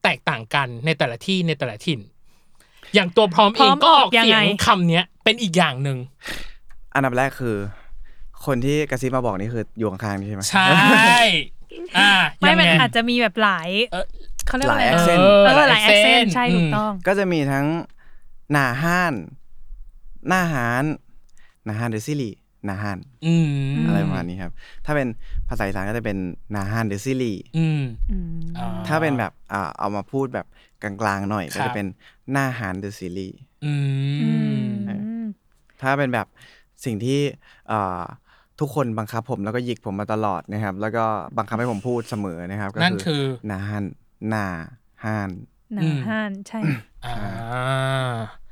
แตกต่างกันในแต่ละที่ในแต่ละถิ่น อย่างตัวพร้อมเอ
พร้
ง
อม
ก็ออ
ออ
ก
กยัง
เสียง
ไง
คำเนี้ยเป็นอีกอย่างหนึ่ง
อันดับแรกคือ คนที่กระซิบมาบอกนี่คืออยู่ข้างๆนี่ใช่ไหม
ใช่ อ่า
ไม่
ยัง
มัน
ง
อาจจะมีแบบหลาย
เออ
เขาเรียกว่าอะไร
หลาย
นะ
accent
เออหลายแอคเซน
accent
ใช่ถูกต้อง
ก็จะมีทั้งหนาห้าน หน้าหานหนาห้านเดอซิลี่หนาห้าน
อืมม
อะไรประมาณนี้ครับ ถ้าเป็นภาษาอีสานก็จะเป็นหนาห้านเดอซิลี่
อืม
อืม
อ่
ถ้าเป็นแบบอ่าเอามาพูดแบบกลางๆหน่อย
ครับ
ก็จะเป็นหน้าหานเดอซิลี่
อื
อื
ม
ม
ถ้าเป็นแบบสิ่งที่อ่าทุกคนบังคับผมแล้วก็หยิกผมมาตลอดนะครับ แล้วก็บังคับให้ผมพูดเสมอนะครับ ก็
นั่นคือ
หนาห้านหนาห้าน
หนา
อืม
ห้านใช่
อ่า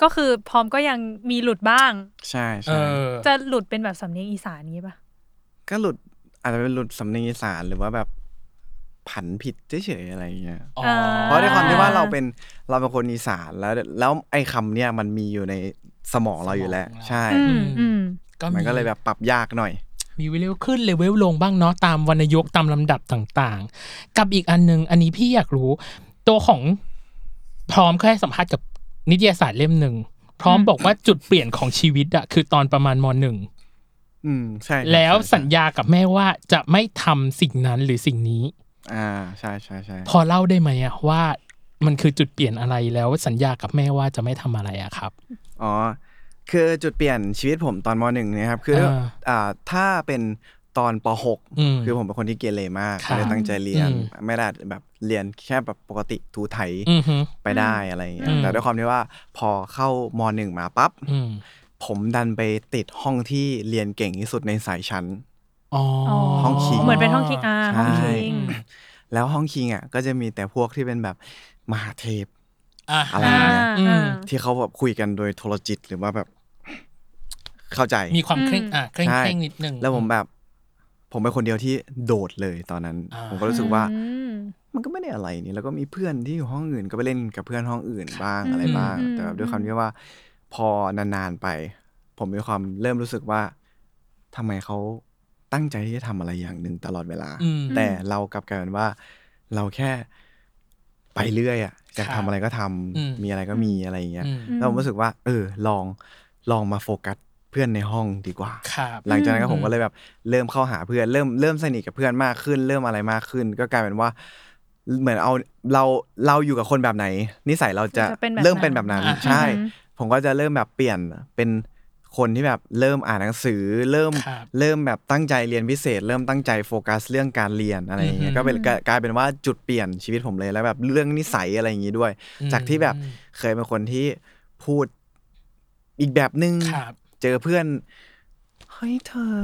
ก็คือพร้อมก็ยังมีหลุดบ้าง
ใช่
เอ
ใช่
อ
จะหลุดเป็นแบบสำเนียงอีสานงี้ป่ะ
ก็หลุดอาจจะเป็นหลุดสำเนียงอีสานหรือว่าแบบผันผิดเฉยๆอะไรอย่างเงี้ย
อ๋อ
เพราะในความที่ว่าเราเป็นเราเป็นคนอีสานแล้ว แล้วไอ้คำเนี่ยมันมีอยู่ในสมองเราอยู่แล้
ส
ว
มองเรา
ใช่
อืมอืม
มันก็เลยแบบปรับยากหน่อย
มีเลเวลขึ้นเลเวลลงบ้างเนาะตามวรรณยุกต์ตามลำดับต่างๆ กับอีกอันหนึง อันนี้พี่อยากรู้ ตัวของพร้อมเคยให้สัมภาษณ์กับนิตยสารเล่มหนึ่ง พร้อม
อืม
บอกว่าจุดเปลี่ยนของชีวิตอะคือตอนประมาณมหนึ่ง
อืมใช่ครับ
แล้ว
ใช่ใช่
สัญญากับแม่ว่าจะไม่ทำสิ่งนั้นหรือสิ่งนี้
อ่าใช่ใช่ใช่
พอเล่าได้ไหมอะว่ามันคือจุดเปลี่ยนอะไรแล้วสัญญากับแม่ว่าจะไม่ทำอะไรอะครับ
อ๋อคือจุดเปลี่ยนชีวิตผมตอนมหนึ่งเนะครับ คือ
อ่า
อ่าถ้าเป็นตอนปหก
อืม
คือผมเป็นคนที่เกเรมาก
ครับ
ไม่ได้ตั้งใจเรียน
อืม
ไม่ได้แบบเรียนแค่แบบปกติทูไถ
อือฮึ
ไปได้อะไรอย่างเงี้
อื
ย
ม
แต่ด้วยความที่ว่าพอเข้ามหนึ่งมาปั๊บ
อืม
ผมดันไปติดห้องที่เรียนเก่งที่สุดในสายชั้น
อ๋ออ
ห้องคิง
เหมือนเป็นห้องคิงอาห้องคิง
แล้วห้องคิงอ่ะก็จะมีแต่พวกที่เป็นแบบมหาเทพ
อ่า
อะไร
อ่า
อืม
อ่า
ที่เขาแบบคุยกันโดยโทรจิตหรือว่าแบบ เข้าใจ
มีความเคร่ง
อืม
อ่ะเคร่ง
ใช่
เคร่งนิดนึง
แล้วผมแบบ ผมเป็นคนเดียวที่โดดเลยตอนนั้น
อ่า
ผมก็รู้สึกว่า
อืม
มันก็ไม่ได้อะไรนี่แล้วก็มีเพื่อนที่อยู่ห้องอื่นก็ไปเล่นกับเพื่อนห้องอื่นบ้าง
อืม
อะไรบ้าง
อืม
แต่แบบ
อืม
ด้วยความที่ว่า พอนานๆไป ผมมีความเริ่มรู้สึกว่าทำไมเขาตั้งใจที่จะทำอะไรอย่างหนึ่งตลอดเวลา
อืม
แต่เรากลับกลายเป็นว่า เราแค่ไปเรื่อยอะอยาก
ครับ
ทำอะไรก็ทำ
อืม
มีอะไรก็มีอะไรอย่างเงี้ย
อืม
แล้วผมรู้สึกว่า เออ ลองลองมาโฟกัสเพื่อนในห้องดีกว่า
ครับ
หลังจากนั้นก็
อืม
ผมก็เลยแบบเริ่มเข้าหาเพื่อนเริ่มเริ่มสนิทกับเพื่อนมากขึ้น เริ่มอะไรมากขึ้น ก็กลายเป็นว่า เหมือนเอาเราเราอยู่กับคนแบบไหน นิสัยเราจะ
จะเป็นแบบ
เริ่มเป็นแบบนั้น
นั้น
ใช่
อือฮึ
ผมก็จะเริ่มแบบเปลี่ยนเป็นคนที่แบบเริ่มอ่านหนังสือ เริ่ม
ครับ
เริ่มแบบตั้งใจเรียนพิเศษ เริ่มตั้งใจโฟกัสเรื่องการเรียนอะไรอย่างเงี้
อือ
ย
ฮึ
ก็เป็นกลายกลายเป็นว่าจุดเปลี่ยนชีวิตผมเลยแล้วแบบเรื่องนิสัยอะไรอย่างงี้ด้วย จากที่แบบเคยเป็นคนที่พูดอีกแบบนึง
ครับ
เจอเพื่อน เฮ้ยเธอ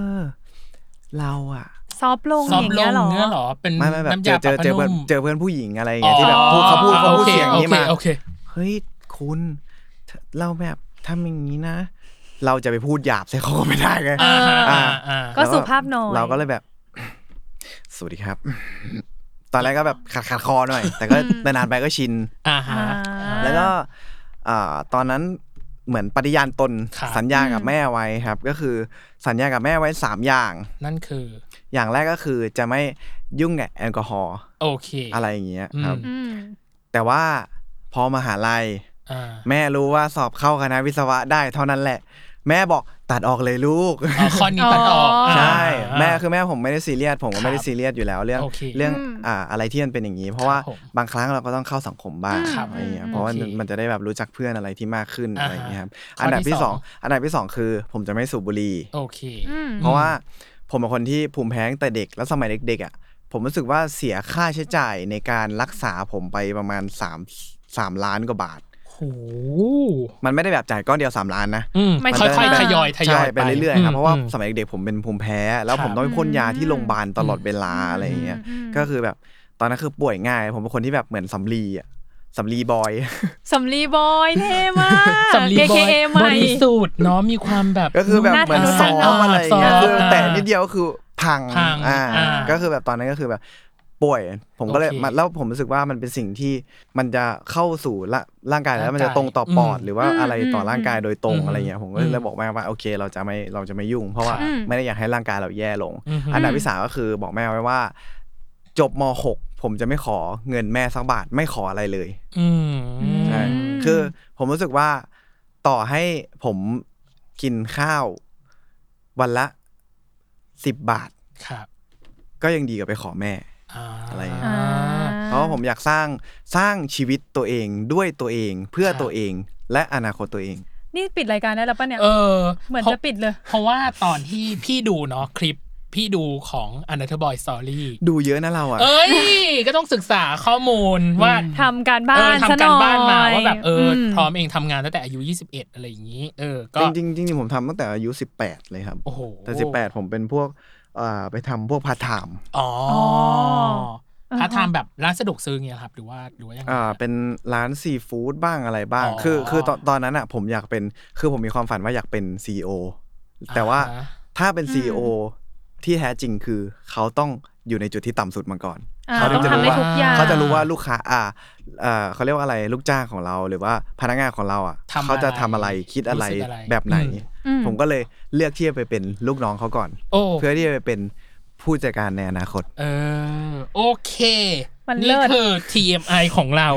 เราอะ
ซอฟต์ลง
ซอฟ
อย่าง
ล
เงี้ย
ง
เหรอ
เนื้อหรอ เป็น
ไม่ไม่แบบ
น้ำ
เจ
ยา
อเจ
ปรับ
อ
ผ้า
เจอเพื่อน
นุ่ม
เจอเพื่อนผู้หญิงอะไรอย่างเงี้ยที่แบบพูดเขาพูดเขาพูดเสียงอย่างนี้มา
โอเค
เฮ้ยคุณเธอเราแบบทำอย่างนี้นะ เราจะไปพูดหยาบใส่เขาก็ไม่ได้ไง
อ่าฮะ
อ่า
อ่า
ก็สุภาพหน่อย
เราก็เลยแบบ สวัสดีครับ ตอนแรกก็แบบขาดขาดคอหน่อย แต่ก็นานๆไปก็ชิน
อ่าฮะ
แล้วก็อ่าตอนนั้นเหมือนปฏิญาณตน
ครับ
สัญญากับแม่ไว้ครับ ก็คือสัญญากับแม่ไว้สามอย่าง
นั่นคือ
อย่างแรกก็คือจะไม่ยุ่งกับแอลกอฮอล์
โอเค
อะไรอย่างเงี้ยครับ
อื
อืม
แต่ว่าพอมหาลัย
อ่า
แม่รู้ว่าสอบเข้าคณะวิศวะได้เท่านั้นแหละ แม่บอกตัดออกเลยลูก
อ๋อข้อนี้ตัดออก
อ๋อ
อ่า
ใช่ แม่คือแม่ผมไม่ได้ซีเรียสผมก็ไม่ได้
ครับ
ซีเรียสอยู่แล้วเรื่อง
โอเค
เรื่อง
อืม
อ่าอะไรที่มันเป็นอย่างนี้ เพ
ครั
ราะ
บ
ว่า
ผม
บางครั้งเราก็ต้องเข้าสังคมบ้าง
ครับ
อะไรเงี้
อื
ย
ม
เพราะว่า
โอเค
มันจะได้แบบรู้จักเพื่อนอะไรที่มากขึ้นอะไรอย่างเงี้ยครับ
ข้อที่
อันดับที่
ส
ส
อ
อง งอันดับที่สองคือ ผมจะไม่สูบบุหรี่
โอเค
อืม
เพราะว่าผมเป็นคนที่ภูมิแพ้ตั้งแต่เด็กแล้วสมัยเด็กๆอ่ะผมรู้สึกว่าเสียค่าใช้จ่ายในการรักษาผมไปประมาณ3ามสามล้านกว่าบาท
โห
มันไม่ได้แบบจ่ายก้อนเดียวสามล้านนะ
อืม
ไม่
ค่
ค่
อ
อย ยๆ
ๆทยอยทยอ
ใช่
ย
ไปเรื่อยๆครับเพราะว่า
อืม
สมัยเด็กๆผมเป็นภูมิแพ้ แล้ว
ครับ
ผมต้องไปพ่นยาที่โรงพยาบาลตลอด
อืม
เวลาอะไรอย่างเงี้ย
อืม
ก็คือแบบตอนนั้นคือป่วยง่าย ผมเป็นคนที่แบบเหมือนสำลีอะสำลีบอย
สำลีบอยเท่มาก
สำลีบอย
KKA ให
บ
ม่
ริสุทธิ์เนาะมีความแบบ
ก็คือแบบเหมือนซ้อ
น่าทะลุ
ม
น่า
อะไรอย่างเงี้ย
ซ้อม
คือแต่นิดเดียวก็คือพัง
พัง
อ่า
อ่า
ก็คือแบบตอนนั้นก็คือแบบป่วย ผมก็เลย
โอเค
มาแล้วผมรู้สึกว่ามันเป็นสิ่งที่มันจะเข้าสู่ละร่างกายแล้วมันจะตรงต่อปอด
อืม
หรือว่าอะไรต่ออ
ม
ร่างกายโดยตรง
อืม
อะไรเงี้ยผมก็เลยบอกแม่ว่าโอเคเราจะไม่เราจะไม่ยุ่ง เพราะว่า
ครับ
ไม่ได้อยากให้ร่างกายเราแย่ลง
ม
อันดับที่สามก็คือบอกแม่ไว้ว่า จบม .6 ผมจะไม่ขอเงินแม่สักบาทไม่ขออะไรเลย
อืม
ใช่คือผมรู้สึกว่าต่อให้ผมกินข้าว วันละ สิบบาท
ครับ
ก็ยังดีกว่าไปขอแม่
า
อะไรอย่างเงี้ย
อ่า
เพราะว่าผมอยากสร้างสร้างชีวิตตัวเองด้วยตัวเองเพื่อตัวเองและอนาคตตัวเอง
นี่ปิดรายการได้แล้วปะเนี่ย
เออ
เหมือน
พรา
จะปิดเลย
เพราะว่าตอนที่พี่ดูเนาะคลิปพี่ดูของ Another Boy Story
ดูเยอะนะเราอ่ะ
เอ้ย ก็ต้องศึกษาข้อมูลว่า
ทำการบ้า
เออน ทำการบ้านมา
ซะหย
ว่าแบบเอออ
ม
พร้อมเองทำงานตั้งแต่อายุ 21 อะไรอย่างนี้ เออ ก็
จริงๆจริงๆผมทำตั้งแต่อายุ 18 เลยครับ
โอ้โห
แต่ 18 ผมเป็นพวกอ่าไปทำพวกพาร์ทไทม์
อ๋อถ้าทำแบบร้านสะดวกซื้อเงี้ยครับ หรือว่าหรือว่ายังไง
อ่าเป็นร้านซีฟู้ดบ้างอะไรบ้าง
อ๋อ
คือคือตอนตอนนั้นอ่ะผมอยากเป็นคือผมมีความฝันว่าอยากเป็น CEO แต่ว่า
อ่าฮะ
ถ้าเป็น CEO ที่แท้จริงคือเขาต้องอยู่ในจุดที่ต่ำสุดมาก่อน
อ่า
เขาถึ
ต้อง
จะ
ทำ
รู้
ได้
ว่า
ทุกอย่าง
เขาจะรู้ว่าลูกค้าอ่าเอ่อเขาเรียกว่าอะไรลูกจ้างของเราหรือว่าพนักงานของเราอ่ะ
ทำอะไร
เขาจะทำอะไรคิดอะไร
รู้สึกอะไร
แบบไหน
อืม
อืม
ผมก็เลยเลือกที่จะไปเป็นลูกน้องเขาก่อน
โอ้
เพื่อที่จะไปเป็นผู้จัดการในอนาคต
เออโอเค
มัน
นี่
เลิศ
คือ TMI ของเรา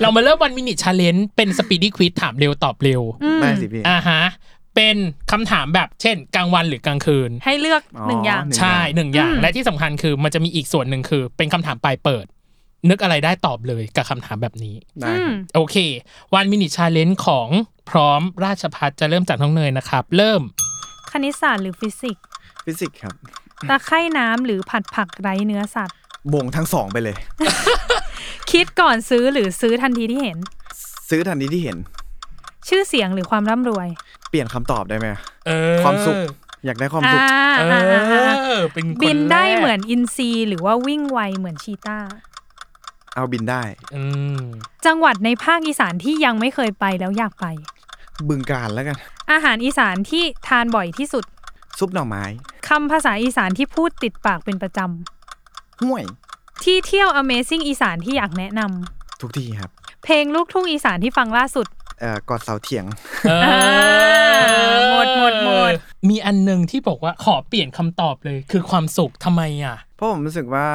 เรามาเริ่มวันมินิช l เลน g e เป็นสปีด y ี้ควิ z ถามเร็วตอบเร็ว
ได้สิพี่
อ่าฮะ เป็นคำถามแบบเช่น กลางวันหรือกลางคืน
ให้เลือกหนึ่งอย่าง
อ๋อ
ใช่หนึ่งอย่าง
อืม
และที่สำคัญคือมันจะมีอีกส่วนหนึ่งคือ เป็นคำถามปลายเปิด นึกอะไรได้ตอบเลยกับคำถามแบบนี้
ได้
อื
ค
ม
รับ
โอเค วันมินิช l เลน g e ของพร้อมราชพัฒจะเริ่มจากน้องเนยนะครับ เริ่ม
คณิตศาสตร์หรือฟิสิกส์
ฟิสิกส์ครับ
ตะไคร่น้ำหรือผัดผักไร้เนื้อสัตว์
วงทั้งสองไปเลย
คิดก่อนซื้อหรือซื้อทันทีที่เห็น
ซื้อทันทีที่เห็น
ชื่อเสียงหรือความร่ำรวย
เปลี่ยนคำตอบได้ไหม
เออ
ความสุข อยากได้ความ
อ่า
สุข
เอ
อ่าอ่าอ่า
อเป็นคน
บินได้เหมือน
แรก
อินซีหรือว่าวิ่งไวเหมือนชีตา
เอาบินได้
อืม
จังหวัดในภาคอีสานที่ยังไม่เคยไปแล้วอยากไป
บึงการแล้วกัน
อาหารอีสานที่ทานบ่อยที่สุด
ซุปหน่อไม้
คำภาษาอีสานที่พูดติดปากเป็นประจ
ห่วย
ำที่เที่ยว Amazing อีสานที่อยากแนะน
ทุกที่ครับ
ำเพลงลูกทุ่งอีสานที่ฟังล่าสุด
เอ่อกอดเสาเถียง
เออ
หมดหมดหมด
มีอันหนึ่งที่บอกว่าขอเปลี่ยนคำตอบเลย คือความสุขทำไมอ่ะ
เพราะผมรู้สึกว่า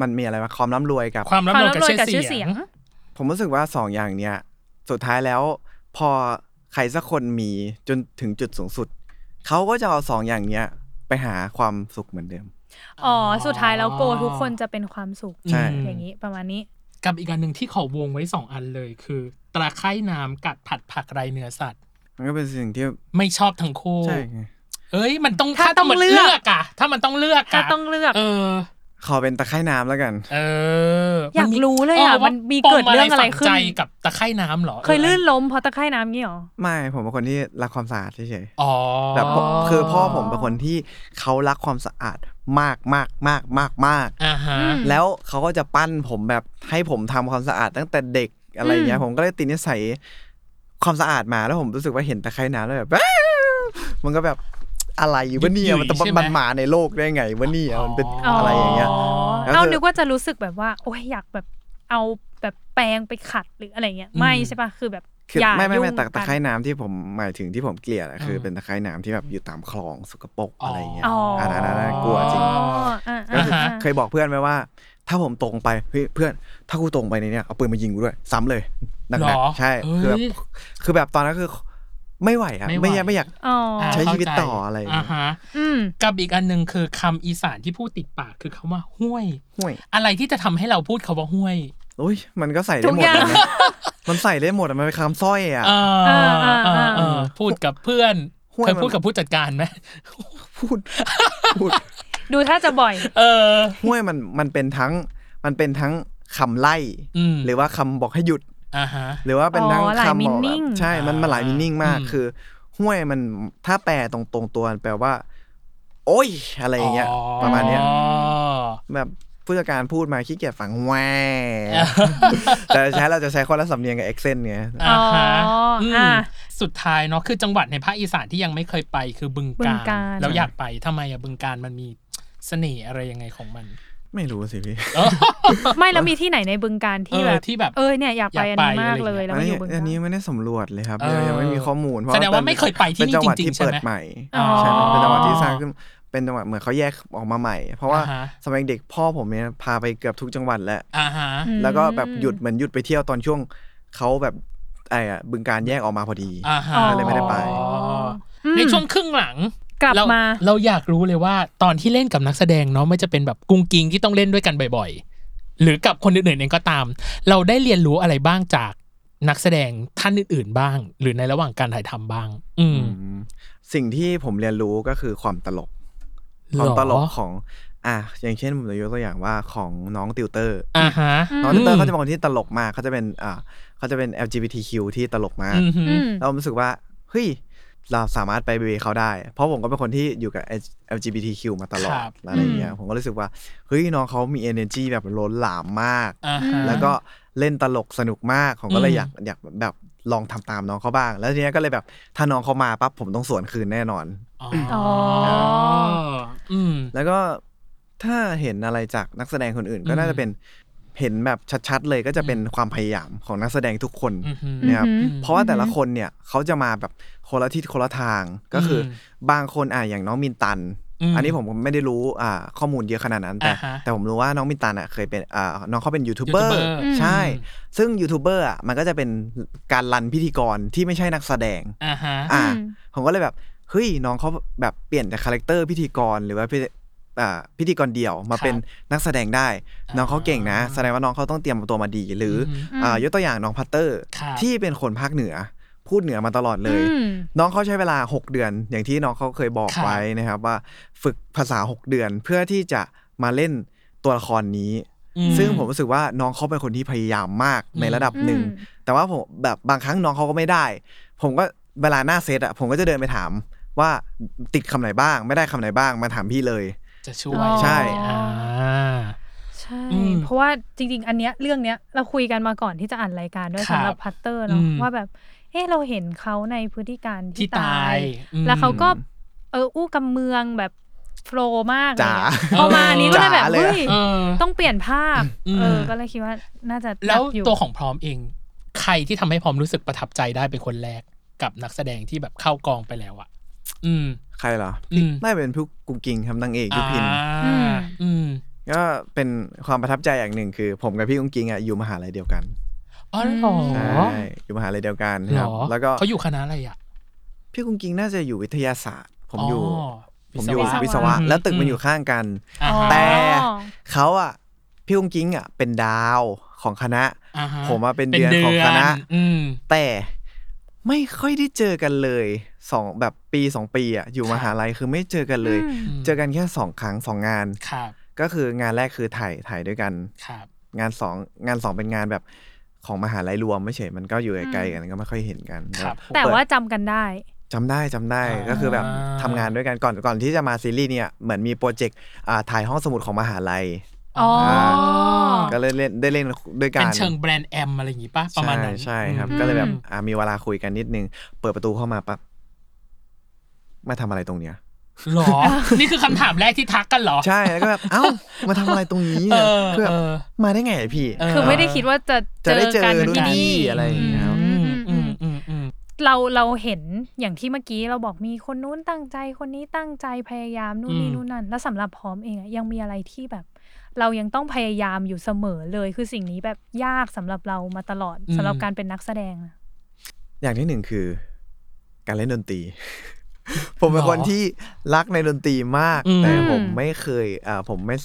มันมีอะไรมาความร่ำรวยกับ
ความร่ำรวยกับ
ความร่ำรวยกับชื่
ชื่
อเสี
อเสี
ย
ย
ง
ง
ผมรู้สึกว่าสองอย่างเนี้ยสุดท้ายแล้วพอใครสักคนมีจนถึงจุดสูงสุด เขาก็จะเอาสองอย่างเนี้ยไปหาความสุขเหมือนเดิม
อ๋อ สุดท้ายแล้วโกทุกคนจะเป็นความสุข
ใช่
อย่างนี้ประมาณนี้
กับอีกอันหนึ่งที่ขอวงไว้สองอันเลย คือตะไคร่น้ำกัดผัดผักไรเนื้อสัตว์
มันก็เป็นสิ่งที่
ไม่ชอบทั้งคู่
ใช่ไง
เอ้ยมันต้อง
ถ้าต้อง
มัน
เลือก
อ่ะ ถ้ามันต้องเลือก
ถ้า
อ่ะ
ต้องเลือก
เออ
ขอเป็นตะไคร่น้ำแล้วกัน
เออ
อ
อย
ากรู้เลยอ่ะมันมีเกิดเรื่องอะไรขึ้น
ใจกับตะไคร่น้ำเหรอ
เคยลื่นล้มเพราะตะไคร่น้ำงี้หรอ
ไม่ผมเป็นคนที่รักความสะอาดเฉย
อ๋อ
ๆแบบผมคือพ่อผมเป็นคนที่เขารักความสะอาดมากมากมากมากมาก
อ่าฮะ
อืม
แล้วเขาก็จะปั้นผมแบบให้ผมทำความสะอาดตั้งแต่เด็กอะไรเงี้ยผมก็เลยติดนิสัยความสะอาดมาแล้วผมรู้สึกว่าเห็นตะไคร่น้ำแล้วแบบ มันก็แบบอะไรอยู่วะเนี่ย
หยุดๆ
มันจะ
ใช่ไหม
บันหมาในโลกได้ไงวะเนี่ยมันเป็น
อ๋ออ
อะไรอย่างเงี้ย แล้วคือ
เอานึกว่าจะรู้สึกแบบว่า โอ้ยอยากแบบเอาแบบแปรงไปขัดหรืออะไรเงี้ย ไม่
อืม
ใช่ปะคือแบบ
คือ
อย่า
ไม่ไม่
ยุ่
ไม่
ง
ตะตะไคร่
กัน
น้ำที่ผมหมายถึงที่ผมเกลียดอะคืออ
ม
เป็นตะไคร่น้ำที่แบบอยู่ตามคลองสกปรกอะไรอย่างเงี้ย
อ๋ออั
นนั้นอันนั้นกลัวจริง
อ๋ออ่า
ก็
อ่า
คือ
อ่า
ฮะ
เคยบอกเพื่อนไหมว่า ถ้าผมตรงไปเฮ้ยเพื่อน ถ้ากูตรงไปในเนี้ยเอาปืนมายิงกูด้วย ซ้ำเลยหนั
หร
ก
อ
ๆใช่คือ
เฮ้
แบ
ย
บคือแบบตอนนั้นคือไม่ไหวอะ
ไม่ไหว
ไม่อยากไม่อยาก
อ๋อ
อ่า
ใช้ชีวิต
เข้าจ
ต่ออะไรอย่างเงี้
อ่าย ฮะ
อืม
กับอีกอันหนึ่งคือคำอีสานที่พูดติดปากคือคำว่าห้วย
ห่วย
อะไรที่จะทำให้เราพูดคำว่าห้วย
โอ้ยมันก็ใส่ได้
ทุก
หม
อ
ด
ย่าง
เลย นะมันใส่ได้หมดอะมันเป็นคำสร้อยอะ
เออเออ
เออเออ
เออเออพูดกับเพื่อน
ห้วย
เคย
มัน
พูดกับผู้จัดการไหม
พูดพูด
ดูถ้าจะบ่อย
เออ
ห้วยมันมันเป็นทั้งมันเป็นทั้งคำไล่
อืม
หรือว่าคำบอกให้หยุด
อ่าฮะ
หรือว่าเป็นทั้ง
อ๋อหลาย
คำบอก
meaning
ใช่มันมันหลายมินิ่งมาก
อืม
คือ ห้วยมันถ้าแปลตรงตรงตัวแปลว่า โอ้ย อะไรอย่างเงี้ยประมาณเนี้ย
อ๋อ
แบบผู้จัดการพูดมาขี้เกียจฟังแหว แต่ใช้เราจะใช้คนละสำเนียงกับเอ็กเซนไง
อ่าฮะ
อ๋ออื
ม
อ่ะ
สุดท้ายเนาะคือจังหวัดในภาคอีสานที่ยังไม่เคยไปคือบึง
บึ
กาง ฬ
กาฬ
แล้วอยากไปทำไมอะบึงการมันมีเสน่ห์อะไรยังไงของมัน
ไม่รู้สิพี่
เออ
ไม่แล้วมีที่ไหนในบึงการที่
เออ
แบบ
ที่แบบ
เออเนี่ยอยากไป
อ
อั
ยาก
น
ไป
นี้มาก
อะไร
เลย
อย่างเงี้ย
แล้ว
อัน
ก็อ
นี้
ยู่บึงกานฬ
อันี้ไม่ได้สำรวจเลยครับ
เออ
ยังยังไม่มีข้อมูลเพระ
แสดงว่าไม่เคยไปที่นี่
เป็นจังหวัด
จริงๆ
ที่เปิด
ใช่ไหม
ใหม่
อ๋อ
ใช่มันเป็นจังหวัดที่สร้างขึ้นเป็นจังหวัดเหมือนเขาแยกออกมาใหม่ เพราะว่า
อ่าฮะ
สมัยเด็กพ่อผมเนี่ยพาไปเกือบทุกจังหวัดแหละ
อ่าฮะ
แล้วก็แบบหยุดเหมือนหยุดไปเที่ยวตอนช่วงเขาแบบไอ้อะบึงการแยกออกมาพอดี
อ่าฮะ
ก็เลยไม่ได้ไป
อ๋อในช่วงครึ่งหลัง
กลับ
เรา
มา
เราอยากรู้เลยว่าตอนที่เล่นกับนักแสดงเนาะไม่จะเป็นแบบกุ้งกิงที่ต้องเล่นด้วยกันบ่อยๆ หรือกับคนอื่นๆเองก็ตาม เราได้เรียนรู้อะไรบ้างจากนักแสดงท่านอื่นๆบ้าง หรือในระหว่างการถ่ายทำบ้าง อืม
อืมสิ่งที่ผมเรียนรู้ก็คือความตลก
ห
ค
ร
วาม
อ
ตลกของ อ่ะอย่างเช่นผมจะยกตัวอย่างว่าของน้องติวเตอร์
อ่าฮะ
น้องติวเตอ
อืม
ร์เขาจะเป็นคนที่ตลกมากเขาจะเป็นอ่าเขาจะเป็น LGBTQ ที่ตลกมาก
อืมฮึ
อืม
เรารู้สึกว่าเฮ้ยเราสามารถไปเบรเขาได้ เพราะผมก็เป็นคนที่อยู่กับ LGBTQ มาตลอดอะไรอย่างเงี้ยผมก็รู้สึกว่าเฮ้ยน้องเขามี energy แบบล้นหลามมาก
อ่าฮะ
แล้วก็เล่นตลกสนุกมาก ผมก็เลย
อืม
อยากอยากแบบลองทำตามน้องเขาบ้าง แล้วทีเนี้ยก็เลยแบบถ้าน้องเขามาปั๊บผมต้องสวนคืนแน่นอน
อ๋อ
อ๋อ
อืม
แล้วก็ถ้าเห็นอะไรจากนักแสดงคนอื่น ก็
อืม
น่าจะเป็นเห็นแบบชัดๆเลยก็จะเป็นความพยายามของนักแสดงทุกคน
อือฮึ
นะครับ
อือฮึ
เพราะว่าแต่ละคนเนี่ยเขาจะมาแบบคนละทิศคนละทางก็คืออบางคนอ่ะอย่างน้องมินตัน
อืม
อันนี้ผมไม่ได้รู้อ่าข้อมูลเยอะขนาดนั้นแต่
อ่าฮะ
แต่ผมรู้ว่าน้องมินตันอ่ะเคยเป็นอ่าน้องเขาเป็นยูทูบเบอ
ยูทูบเบอ
ร์
ร์
ใช่ ซึ่งยูทูบเบอร์อ่ะมันก็จะเป็นการรันพิธีกรที่ไม่ใช่นักแสดง
อ่าฮะ
อ่า
อืม
ผมก็เลยแบบเฮ้ยน้องเขาแบบเปลี่ยนจากคาแรคเตอร์พิธีกรหรือว่าพิอ่าพิธีกรเดี่ยวมา
ครับ
เป็นนักแสดงได้
อ่า
น้องเขาเก่งนะ แสดงว่าน้องเขาต้องเตรียมตัวมาดี หรืออ
ม
อ่ายกตัวอย่างน้องพัตเตอร์
ครับ
ที่เป็นคนภาคเหนือ พูดเหนือมาตลอดเลย
อืม
น้องเขาใช้เวลา 6 เดือน อย่างที่น้องเขาเคยบอก
ครับ
ไว้นะครับว่าฝึกภาษา 6 เดือนเพื่อที่จะมาเล่นตัวละครนี้
อืม
ซึ่งผมรู้สึกว่าน้องเขาเป็นคนที่พยายามมาก
อืม
ในระดับหนึ่ง
อืม
แต่ว่าผมแบบบางครั้งน้องเขาก็ไม่ได้ ผมก็เวลาหน้าเซตอะผมก็จะเดินไปถามว่าติดคำไหนบ้าง ไม่ได้คำไหนบ้างมาถามพี่เลย
จะช่วย
ใช่
อ่า
ใช่
อืม
เพราะว่าจริง ๆ อันเนี้ยเรื่องเนี้ยเราคุยกันมาก่อนที่จะอ่านรายการด้วย
ครับ
สำหรับพัตเตอร์เนาะ
อืม
ว่าแบบเออเราเห็นเขาในพฤติการ
ที่
ที่
ตา
ต
ย
าย
อืม
แล้วเขาก็เอออู้กำเมืองแบบโฟลว์มากอะไร
จ๋า
เงี้ยพอมาอันนี้ก็เลยแบบ
จ๋าเลย
เฮ้
อะ
ย
เออ
ต้องเปลี่ยนภาพ
อืม
เออก็เลยคิดว่าน่าจะหนัก
แล้ว
อยู่
ตัวของพร้อมเอง ใครที่ทำให้พร้อมรู้สึกประทับใจได้เป็นคนแรกกับนักแสดงที่แบบเข้ากองไปแล้วอะอืม
ใครเหรอ
อืม
น่าจะเป็นพี่กุงกิงทำนางเอกยุพิน
อ่าอืม
ก็เป็นความประทับใจอย่างหนึ่งคือ ผมกับพี่กุงกิงอะอยู่มหาลัยเดียวกัน
อ๋อเหรอ
ใช่อยู่มหาลัยเดียวกัน
เหร
ครับ
อ
แล้วก็
เขาอยู่คณะอะไรอ่ะ
พี่กุงกิงน่าจะอยู่วิทยาศาสตร์ ผมอยู่ผมอยู่
ะ
วิศวะ
อืม
แล้วตึกมั
อื
น
ม
อยู่ข้างกัน
อ่าฮะ
แต่ เขาอะพี่กุงกิงอะเป็นดาวของคณะ
อ่าฮะ
ผมมาเป็นเดือนของคณะ
อืม
แต่ไม่ค่อยได้เจอกันเลยสองแบบปีสองปีอะอยู่มหาลัยคือไม่เจอกันเลย
อืม
อืม
เจอกันแค่สองครั้งสองงาน
ครับ
ก็คืองานแรกคือถ่ายถ่ายด้วยกัน
ครับ
งานสองงานสองเป็นงานแบบของมหาลัยรวมไม่ใช่มันก็อยู่ไกลๆกันก็ไม่ค่อยเห็นกัน
ครับ
แต่
เปิด
ว่าจำกันได้
จำได้จำได้
อ่า
ก็คือแบบทำงานด้วยกันก่อนก่อนที่จะมาซีรีส์เนี่ยเหมือนมีโปรเจกต์อ่าถ่ายห้องสมุดของมหาลัย
อ๋ออา
ก็เลยเล่นได้เล่นด้วยกั
เป็น นเชิงแบรนด์แอมอะไรอย่างงี้ป่ะประมาณนั้น
ใช่ใช่ครับ
อืม
ก็เลยแบบอ่ะมีเวลาคุยกันนิดนึง เปิดประตูเข้ามาปั๊บมาทำอะไรตรงเนี้ย
หรอ นี่คือคำถามแรกที่ทักกันเหรอ
ใช่แล้วก็ แบบเอ้ามาทำอะไรตรงนี้เนี่ย
เออ
คือแบบ
เออ
มาได้ไงอะพี่
เออ
คือไม่ได้คิดว่าจะ
จะได้เจอ
กัน
รุ่น
ที่
พี่
นี่
อะไรอย่างเงี้ยครับ
อืมอืมอืมอืม
เราเราเห็นอย่างที่เมื่อกี้เราบอกมีคนนู้นตั้งใจคนนี้ตั้งใจพยายามนู่น
อื
นี่
ม
นู่นนั่นแล้วสำหรับพร้อมเองอะยังมีอะไรที่แบบ เรายังต้องพยายามอยู่เสมอเลย คือสิ่งนี้แบบยากสำหรับเรามาตลอดสำหรับการเป็นนักแสดงอะ
อย่างที่หนึ่งคือ การเล่นดนตรี ผมเป็น
หรอ
คนที่รักในดนตรีมาก
อืม
แต่ผมไม่เคยอ่าผมไม่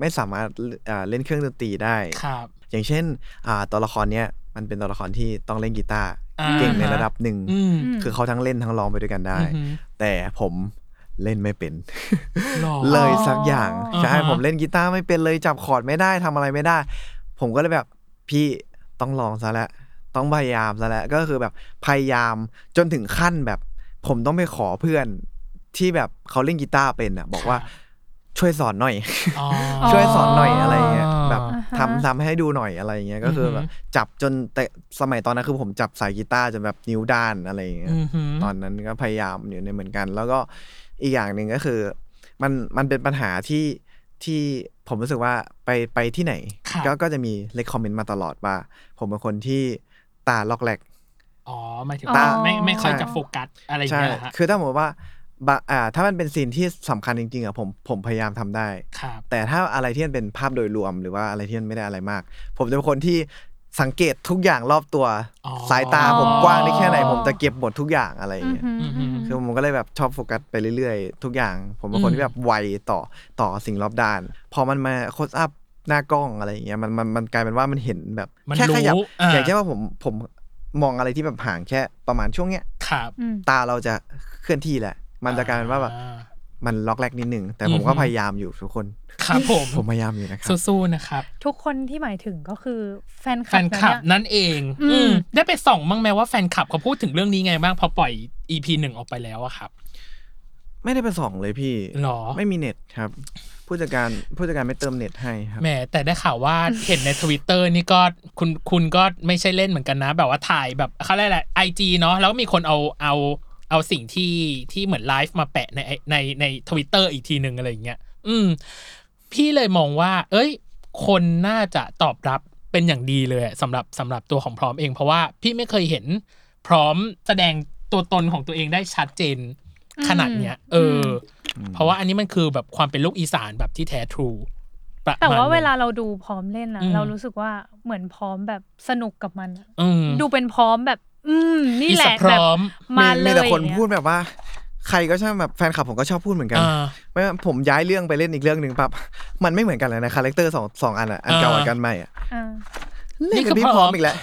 ไม่สามารถอ่าเล่นเครื่องดนตรีได้
ครับ
อย่างเช่นอ่าตัวละครเนี้ยมันเป็นตัวละครที่ต้องเล่นกีตาร์
อ่า
เก่งในระดับหนึ่ง
อืม
คือเขาทั้งเล่นทั้งร้องไปด้วยกันได้
อือหือ
แต่ผมเล่นไม่เป็น
หรอ
เลยสักอย่าง
อ๋อ
ใช่
อ่าฮะ
ผมเล่นกีตาร์ไม่เป็นเลยจับคอร์ดไม่ได้ทำอะไรไม่ได้ ผมก็เลยแบบพี่ต้องลองซะแล้วต้องพยายามซะแล้วก็คือแบบพยายามจนถึงขั้นแบบ ผมต้องไปขอเพื่อนที่แบบเขาเล่นกีตาร์เป็นอ่ะบอกว่าช่วยสอนหน่อย
อ๋อ
ช่วยสอนหน่อยอะไรอย่างเงี้ยแบบ
อ่าฮะ
ทำทำให้ดูหน่อยอะไรอย่างเงี้ยก็คืออ
อฮึ
แบบจับจนแต่สมัยตอนนั้นคือผมจับสายกีตาร์จนแบบนิ้วด้านอะไรอย่างเงี้ย
อือหือ
ตอนนั้นก็พยายามอยู่ในเหมือนกัน แล้วก็อีกอย่างหนึ่งก็คือ มันมันเป็นปัญหาที่ที่ผมรู้สึกว่าไปไปที่ไหน
ครับ
ก็ก็จะมีเลคคอมเมนต์มาตลอดว่า ผมเป็นคนที่ตาล็อกแหลก
อ๋อหมายถึง
ตา
ว่าไม่ไม่ค่อย
ใช่
จะโฟกัสอะไรอย่างเงี้ยเหรอฮะ
คือถ้าผมติว่าบะอ่าถ้ามันเป็นซีนที่สำคัญจริงๆอะผมผมพยายามทำได้
ครับ
แต่ถ้าอะไรที่มันเป็นภาพโดยรวมหรือว่าอะไรที่มันไม่ได้อะไรมาก ผมจะเป็นคนที่ สังเกตทุกอย่างรอบตัว
อ๋อ
สายตาผมกว้างได้แค่ไหน ผมจะเก็บหมดทุกอย่างอะไรอย่างเงี้ย
อืมอืม
คือผมก็เลยแบบชอบโฟกัสไปเรื่อยๆ ทุกอย่าง ผมเป็นคน
อืม
ที่แบบไวต่อต่อสิ่งรอบด้าน พอมันมาโคสอัพหน้ากล้องอะไรอย่างเงี้ยมันมันมันกลายเป็นว่ามันเห็นแบบ
มัน
แค่
รู้
ขยับ
อ่า
อย่างเช่นว่าผมผมมองอะไรที่แบบห่างแค่ประมาณช่วงเนี้ย
ครับ
ตาเราจะเคลื่อนที่แหละ มันจะกลายเป็นว่าแบบมันล็อกแรกนิดนึง แต่ผมก็
อือหือ
พยายามอยู่ทุกคน
ครับผม
ผมพยายามอยู่นะครับ
สู้ๆนะครับ
ทุกคนที่หมายถึงก็คือแฟนค
แฟ
ลับ
น
นะ
คลับ
เนี่ย
นั่นเอง
อืม
อืมได้ไปส่องบ้างไหมว่าแฟนคลับเขาพูดถึงเรื่องนี้ไงบ้างพอปล่อย EP หนึ่งออกไปแล้วอะครับ
ไม่ได้ไปส่องเลยพี่
หรอ
ไม่มีเน็ตครับ ผู้จัดการผู้จัดการไม่เติมเน็ตให้ครับ
แหมแต่ได้ข่าวว่า เห็นในทวิตเตอร์นี่ก็คุณคุณก็ไม่ใช่เล่นเหมือนกันนะ แบบว่าถ่ายแบบเขาเรียกอะไรไอจีเนาะแล้วก็มีคนเอาเอาเอาสิ่งที่ที่เหมือนไลฟ์มาแปะในในในทวิตเตอร์อีกทีหนึ่งอะไรอย่างเงี้ยอืม พี่เลยมองว่า เอ้ย คนน่าจะตอบรับเป็นอย่างดีเลยอะสำหรับสำหรับตัวของพร้อมเอง เพราะว่าพี่ไม่เคยเห็นพร้อมแสดงตัวตนของตัวเองได้ชัดเจนขนาดเนี้ย เอออเพราะว่าอันนี้มันคือแบบความเป็นลูกอีสานแบบที่แท้ทรูประมณ
แต่ว่า
หนึ่ง
เวลาเราดูพร้อมเล่นนะ
อืม
เรารู้สึกว่าเหมือนพร้อมแบบสนุกกับมันอะ
อืม
ดูเป็นพร้อมแบบ อืม นี่แหละ
อิสระพร้
แบบ
อม
มา
มี
เล
มี
ย
แต่คน
อย่างเงี้ย
พูดแบบว่า ใครก็ชอบแบบแฟนคลับผมก็ชอบพูดเหมือนกัน
อ่า
ไม่ว่าผมย้ายเรื่องไปเล่นอีกเรื่องหนึ่งปั๊บ มันไม่เหมือนกันเลยนะคาแรคเตอร์สองสองอันอ่ะอันเก่า
อ่า
อันกันใหม่อ่ะ
อ่า
เล่นกับพี่พร้อม อีกแล้ว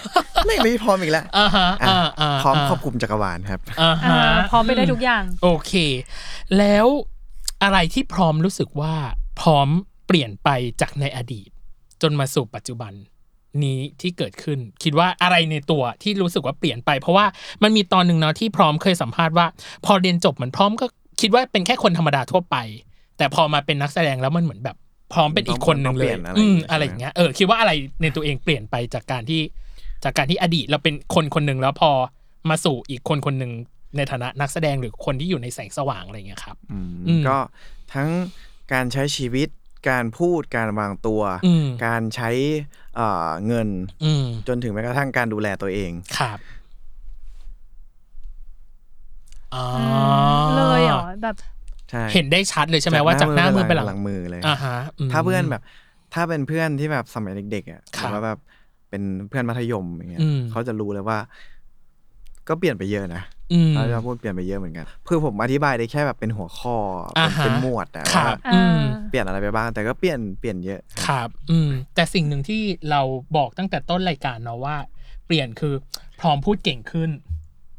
เล่นกับพี่พร้อมอีกแล้ว
อ่าฮะอ่าอ่า
พร้อมครอบคลุมจักรวาลครับ
อ่า
อ่า
ฮะ
พร้อมไปได้ทุกอย่าง
โอเค แล้วอะไรที่พร้อมรู้สึกว่าพร้อมเปลี่ยนไปจากในอดีต จนมาสู่ปัจจุบันนี้ที่เกิดขึ้น คิดว่าอะไรในตัวที่รู้สึกว่าเปลี่ยนไป เพราะว่ามันมีตอนหนึ่งเนาะที่พร้อมเคยสัมภาษณ์ว่า พอเรียนจบเหมือนพร้อมก็คิดว่าเป็นแค่คนธรรมดาทั่วไป แต่พอมาเป็นนักแสดงแล้วมันเหมือนแบบพร้อมเป็นอีกคนหนึ่งเลย
ต้องเปลี่ยนอะไร
อืม
อย่างเงี้ย
อะไรอย่างเงี้ยเออคิดว่าอะไรในตัวเองเปลี่ยนไปจากการที่ จากการที่อดีตเราเป็นคนคนหนึ่งแล้วพอมาสู่อีกคนคนหนึ่งในฐานะนักแสดงหรือคนที่อยู่ในแสงสว่างอะไรอย่างเงี้ยครับ
อืม
อืม
ก็ทั้งการใช้ชีวิต การพูดการวางตัว
อืม
การใช้เอ่อเงิน
อืม
จนถึงแม้กระทั่งการดูแลตัวเอง
ครับอ๋อ
เลยเหรอแบบ
ใช่
เห็นได้ชัดเลยใช่ไหมว่าจากหน้ามือไปหลัง
หลังมือเลย
อ่าฮะม
ถ้าเพื่อนแบบ ถ้าเป็นเพื่อนที่แบบสมัยเด็กๆอ่ะ
ค
ห
รับ
รือว่าแบบเป็นเพื่อนมัธยมอย่างเงี้ย
อืม
เขาจะรู้เลยว่า ก็เปลี่ยนไปเยอะนะ
อืม
เขาจะพูดเปลี่ยนไปเยอะเหมือนกันคือผมอธิบายได้แค่แบบเป็นหัวข้อ
อ่าฮะ
เป็นเป็นหมวดนะครับว่า
อ่า
อืม
เปลี่ยนอะไรไปบ้าง แต่ก็เปลี่ยนเปลี่ยนเยอะ
ค
ครับ
รับ อืม แต่สิ่งหนึ่งที่เราบอกตั้งแต่ต้นรายการเนาะว่า เปลี่ยนคือพร้อมพูดเก่งขึ้น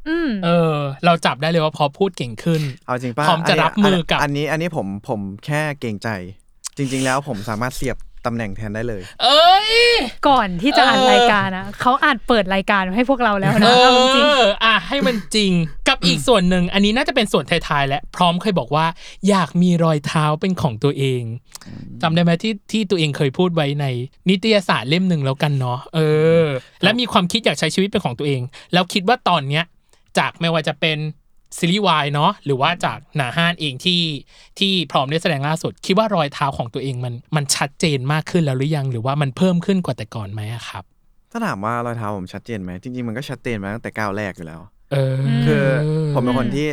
อืม
เออ เราจับได้เลยว่าพร้อมพูดเก่งขึ้น
เอาจริงป้า
พร้อมจะรับมือกับ
อันนี้อันนี้ผมผมแค่เกรงใจ จริง ๆ แล้วผมสามารถเสียบตำแหน่งแทนได้เลย
เอ้ย
ก่อนที่จะอ่าน
เออ
รายการอะเขาอ่านเปิดรายการให้พวกเราแล้วนะ
เอ
เอาจริง
ออ่ะให้มันจริง กับอีกส่วนหนึ่ง อันนี้น่าจะเป็นส่วนท้ายๆและพร้อมเคยบอกว่า อยากมีรอยเท้าเป็นของตัวเองจำได้ไหมที่ที่ตัวเองเคยพูดไว้ใน นิตยสารเล่มหนึ่งแล้วกันเนาะเออ และมีความคิดอยากใช้ชีวิตเป็นของตัวเอง แล้วคิดว่าตอนเนี้ย จากไม่ว่าจะเป็นซีรีส์วายเนาะหรือว่าจากหนาห้านเองที่ที่พร้อมได้แสดงล่าสุด คิดว่ารอยเท้าของตัวเองมันมันชัดเจนมากขึ้นแล้วหรือยัง หรือว่ามันเพิ่มขึ้นกว่าแต่ก่อนไหมอะครับ
ถ้าถามว่ารอยเท้าผมชัดเจนไหมจริงๆมันก็ชัดเจนมาตั้งแต่ก้าวแรกอยู่แล้ว
เออ
คือผมเป็นคนที่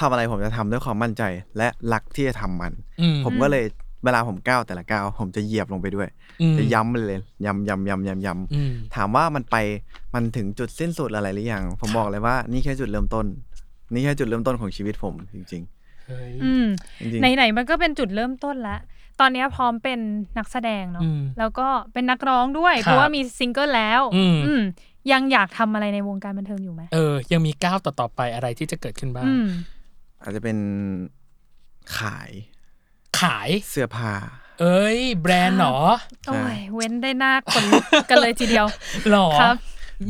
ทำอะไรผมจะทำด้วยความมั่นใจ และรักที่จะทำมัน
อืม
ผมก็เลยเวลาผมก้าวแต่ละก้าวผมจะเหยียบลงไปด้วย
อืม
จะย้ำมันเลยย้ำย้ำย้ำย้ำย้
อืม
ำถามว่ามันไปมันถึงจุดสิ้นสุดอะไรหรือยังผมบอกเลยว่านี่แค่จุดเริ่มต้น นี่แค่จุดเริ่มต้นของชีวิตผมจริง
เฮ้ย
ๆอืม
ๆ จริง
ไหนๆมันก็เป็นจุดเริ่มต้นละตอนเนี้ยพร้อมเป็นนักแสดงเนาะ
อืม
แล้วก็เป็นนักร้องด้วย
ครับ
เพราะว่ามีซิงเกิลแล้ว
อืม
มยังอยากทำอะไรในวงการบันเทิงอยู่ไหม
เออ ยังมีก้าวต่อๆไปอะไรที่จะเกิดขึ้นบ้าง
อืม
ๆอาจจะเป็นขาย
ขาย
เสื้อผ้า
เอ้ย แบรนด์เหรอ
โอ้ยเว้นได้หน้าคนลุกกันเลยทีเดียว
หรอ
ครับ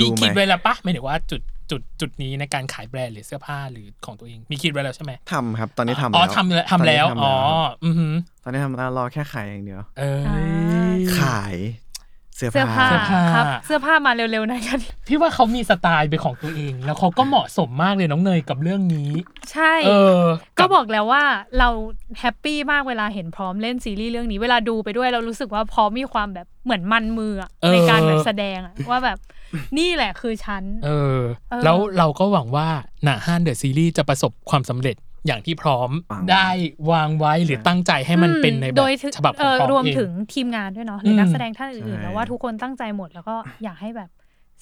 ดู
มี
ไหม
คิดไว้แล้วปะไม่ถึงว่าจุดจุดจุดนี้ในการขายแบรนด์หรือเสื้อผ้าหรือของตัวเอง มีคิดไว้แล้วใช่ไหม
ทำครับ ตอนนี้ทำ
อ๋อ
แล้ว
ทำแล้วทำแล้ว
ตอนนี้
อ๋อ
ทำแล้ว
อือหือ
ตอนนี้ทำแล้วรอแค่ขายอย่างเดียว
เอ้
อ่า
ย
ขายเสื้อ
เสื้อผ้า
เสื้อผ้า
ครับ เสื้อผ้ามาเร็วๆนะกัน
พี่ว่าเขามีสไตล์เป็นของตัวเอง แล้วเขาก็เหมาะสมมากเลยน้องเนยกับเรื่องนี้
ใช่
เออ
ก็บอกแล้วว่าเราแฮปปี้มากเวลาเห็นพร้อมเล่นซีรีส์เรื่องนี้ เวลาดูไปด้วยเรารู้สึกว่าพร้อมมีความแบบเหมือนมันมืออะในการแบบแสดงอะว่าแบบนี่แหละคือฉัน
เออ
เออ
แล้วเราก็หวังว่าหนาห้านเดอะซีรีส์จะประสบความสำเร็จอย่างที่พร้อม
หวัง
ได้วางไว้หรือตั้งใจให้มันเป็นในแบ
โด
บ
ยถึง
ฉบับข
เอ
อง
อ
พร้อมเอง
รวมถึงทีมงานด้วยเนาะหรืออ
ม
นักแสดงท่านอื่น
ใช่
ๆแล้วว่าทุกคนตั้งใจหมดแล้วก็อยากให้แบบ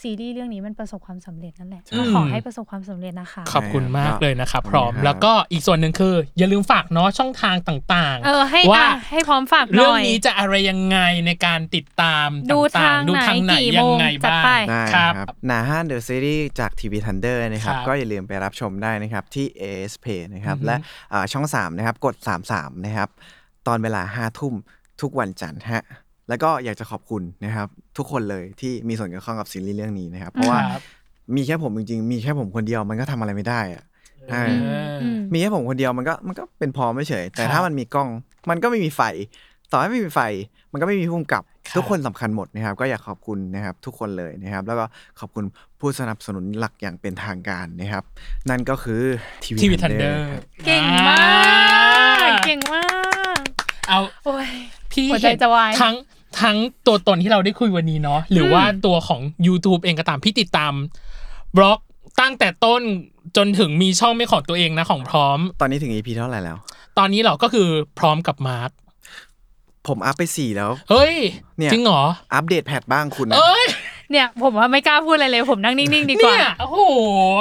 ซีรีส์เรื่องนี้มันประสบความสำเร็จนั่นแหละ
ใช่
ก็ขอให้ประสบความสำเร็จนะคะ
ขอบคุณมากเลยนะครับ พร้อม
ขอบคุณครับ
แล้วก็อีกส่วนหนึ่งคือ อย่าลืมฝากเนาะช่องทางต่าง
เออให้
ว่า
อ่ะให้พร้อมฝากห
เรื่
น่
อง
อย
นี้จะอะไรยังไงในการติดตาม
ดูทาง
ต่ๆดูทางไหน
ไหนกี่
ยังไง
โมงจัด
บ้าง
ไป
ได้
ค
ค
รั
รับ บหนาห้านเดอะซีรีส์จากทีวีทันเดอร์นะครับ
ครับ
ก็อย่าลืมไปรับชมได้นะครับ ที่ ASP นะครับ
อือฮึ
และอ่าช่อง 3 นะครับ กด 33 นะครับ ตอนเวลา 5 ทุ่มทุกวันจันทร์ฮะแล้วก็อยากจะขอบคุณนะครับ ทุกคนเลยที่มีส่วนเกี่ยวข้องกับซีรีส์เรื่องนี้นะครับ เพราะว่า
ครับ
มีแค่ผมจริงๆ มีแค่ผมคนเดียวมันก็ทำอะไรไม่ได้อะ ใช่
อื
เอ
ม
ออ
อืม
มีแค่ผมคนเดียวมันก็มันก็เป็นพอไม่เฉย แต่
ครับ
ถ้ามันมีกล้องมันก็ไม่มีไฟ ต่อให้ไม่มีไฟ มันก็ไม่มีพุ่มกับ
ครับ
ทุกคนสำคัญหมดนะครับ ก็อยากขอบคุณนะครับทุกคนเลยนะครับ แล้วก็ขอบคุณผู้สนับสนุนหลักอย่างเป็นทางการนะครับ นั่นก็คือที
ทีวี
วี
ทั
ทั
น
น
เด
เด
อ
อ
ร์
ร์
เก่งมาก เก่งมาก
เอา
โอ้ย
พี่
หัวใจจะวาย
ทั้งทั้งตัวตนที่เราได้คุยวันนี้เนาะหรือว่าตัวของ YouTube เองก็ตามพี่ติดตาม บล็อกตั้งแต่ต้นจนถึงมีช่องไม่ของตัวเองนะของพร้อม
ตอนนี้ถึง EP เท่าไหร่แล้ว
ตอนนี้เราก็คือพร้อมกับมาร์ค
ผมอัพไปสี่แล้ว
เฮ้ย
เนี่ย
จริงเหรอ
อัปเดตแพทบ้างคุณนะ
เอ้ย
เนี่ยผมว่าไม่กล้าพูดอะไรเลย ผมนั่งนิ่งๆดีกว่า
เนี่ยโอ้โห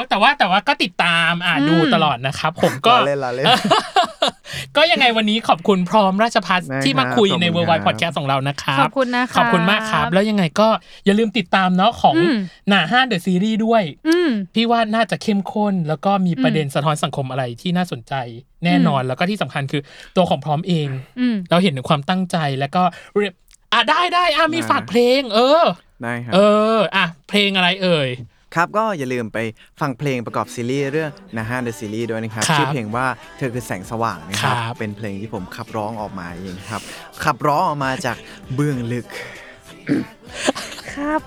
แต่ว่าแต่ว่าก็ติดตามอ่า
อืม
ดูตลอดนะครับ ผมก็
ล้อเล่นล้อเล่น
ก็ยังไงวันนี้ขอบคุณพร้อมราชพัฒน์
ได้ครับ
ที่มาคุยใน
ขอบ
เว
คุ
อ
ณ
ร์ไว
ครับ
พอดแคสต์ของเรานะครับ
ขอบคุณนะคะ
ขอบคุณมากครับ แล้วยังไงก็อย่าลืมติดตามเนาะของ
อืม
หน้าห้าเดอะซีรีส์ด้วย
อืม
พี่ว่าน่าจะเข้มข้น แล้วก็มีประเด็นสะท้อนสังคมอะไรที่น่าสนใจแน่นอนแล้วก็ที่สำคัญคือตัวของพร้อมเอง
อืม
เราเห็นถึงความตั้งใจแล้วก็เรียบอ่ะได้ได้อ่ะมีฝากเพลง เออ
ได้ครับ
เอออ่ะเพลงอะไรเอ่ย
ครับก็อย่าลืมไปฟังเพลงประกอบซีรีส์เรื่องนะฮะเดอะซีรีส์ด้วยนะครับ
ครับ
ชื่อเพลงว่าเธอคือแสงสว่างนะครับ
ครับ
เป็นเพลงที่ผมขับร้องออกมาเองครับ ขับร้องออกมาจากเบื้องลึก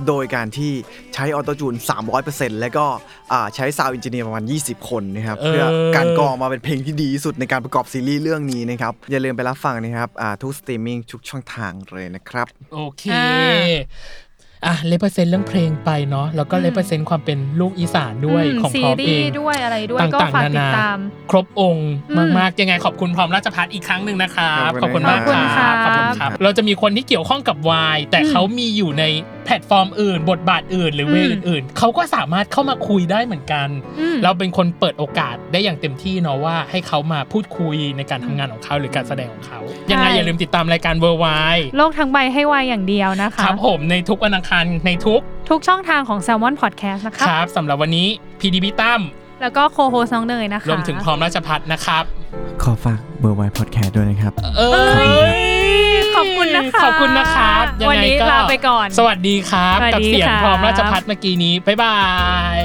โดยการที่ใช้ออโตจูน 300%แล้วก็อ่าใช้ซาวด์อินจิเนียร์ประมาณ 20 คนนะครับ เพื่อการกรองมาเป็นเพลงที่ดีที่สุดในการประกอบซีรีส์เรื่องนี้นะครับ อย่าลืมไปรับฟังนะครับอ่าทุกสตรีมมิ่งทุกช่องทางเลยนะครับ
โอเค
อ่า
อ่ะเลเปอร์เซนต์เรื่องเพลงไปเนาะ แล้วก็
อืม
เลเปอร์เซนต์ความเป็นลูกอีสานด้วย
ม
ของ
ซี
พร้อม
รี
เอง
ส์ด้วยอะไรด้วยก็
ต่าง
ฝา
ๆ
ก
นา
ติด
นา
ตาม
ครบองค์
อืม
มากๆ ยังไงขอบคุณพร้อมราชพัฒน์อีกครั้งหนึ่งนะครับ
ขอบคุณ
มาก
ขอบคุณ
ครับข
ค
อ
รั
บบ คุณครับ เราจะมีคนที่เกี่ยวข้องกับวายแต่เขามีอยู่ในแพลตฟอร์มอื่น บทบาทอื่น หรือเวย์อื่นๆเขาก็สามารถเข้ามาคุยได้เหมือนกัน
อืม
เราเป็นคนเปิดโอกาสได้อย่างเต็มที่เนาะว่าให้เขามาพูดคุยในการทำงานของเขาหรือการแสดงของเขายังไงอย่าลืมติดตามรายการเวอร์ไว
โลกทั้งใบให้วายอย่างเดียวนะคะ
ครับผมในทุกวันอังคารในทุก
ทุกช่องทางของ s ซ l m o n Podcast นะ
ค
คะ
รับสำหรับวันนี้พีดีพิตั้ม
แล้วก็โคโฮสน้องเนยนะคะ
รวมถึงพร้อมราชพัฒน์นะครับ
ขอฝากเบอร์ไวพอดแคสต์ด้วยนะครับ
เอ้ย
ขอบคุณนะคะ
ขอบคุณนะครับยังไง
วัน
ก็
นี้ลาไปก่อน
สวัสดีครับ
สวัส
กับ
ดี
เสียง
ค่ะ
พร้อมราชพัฒน์เมื่อกี้นี้ บ๊ายบาย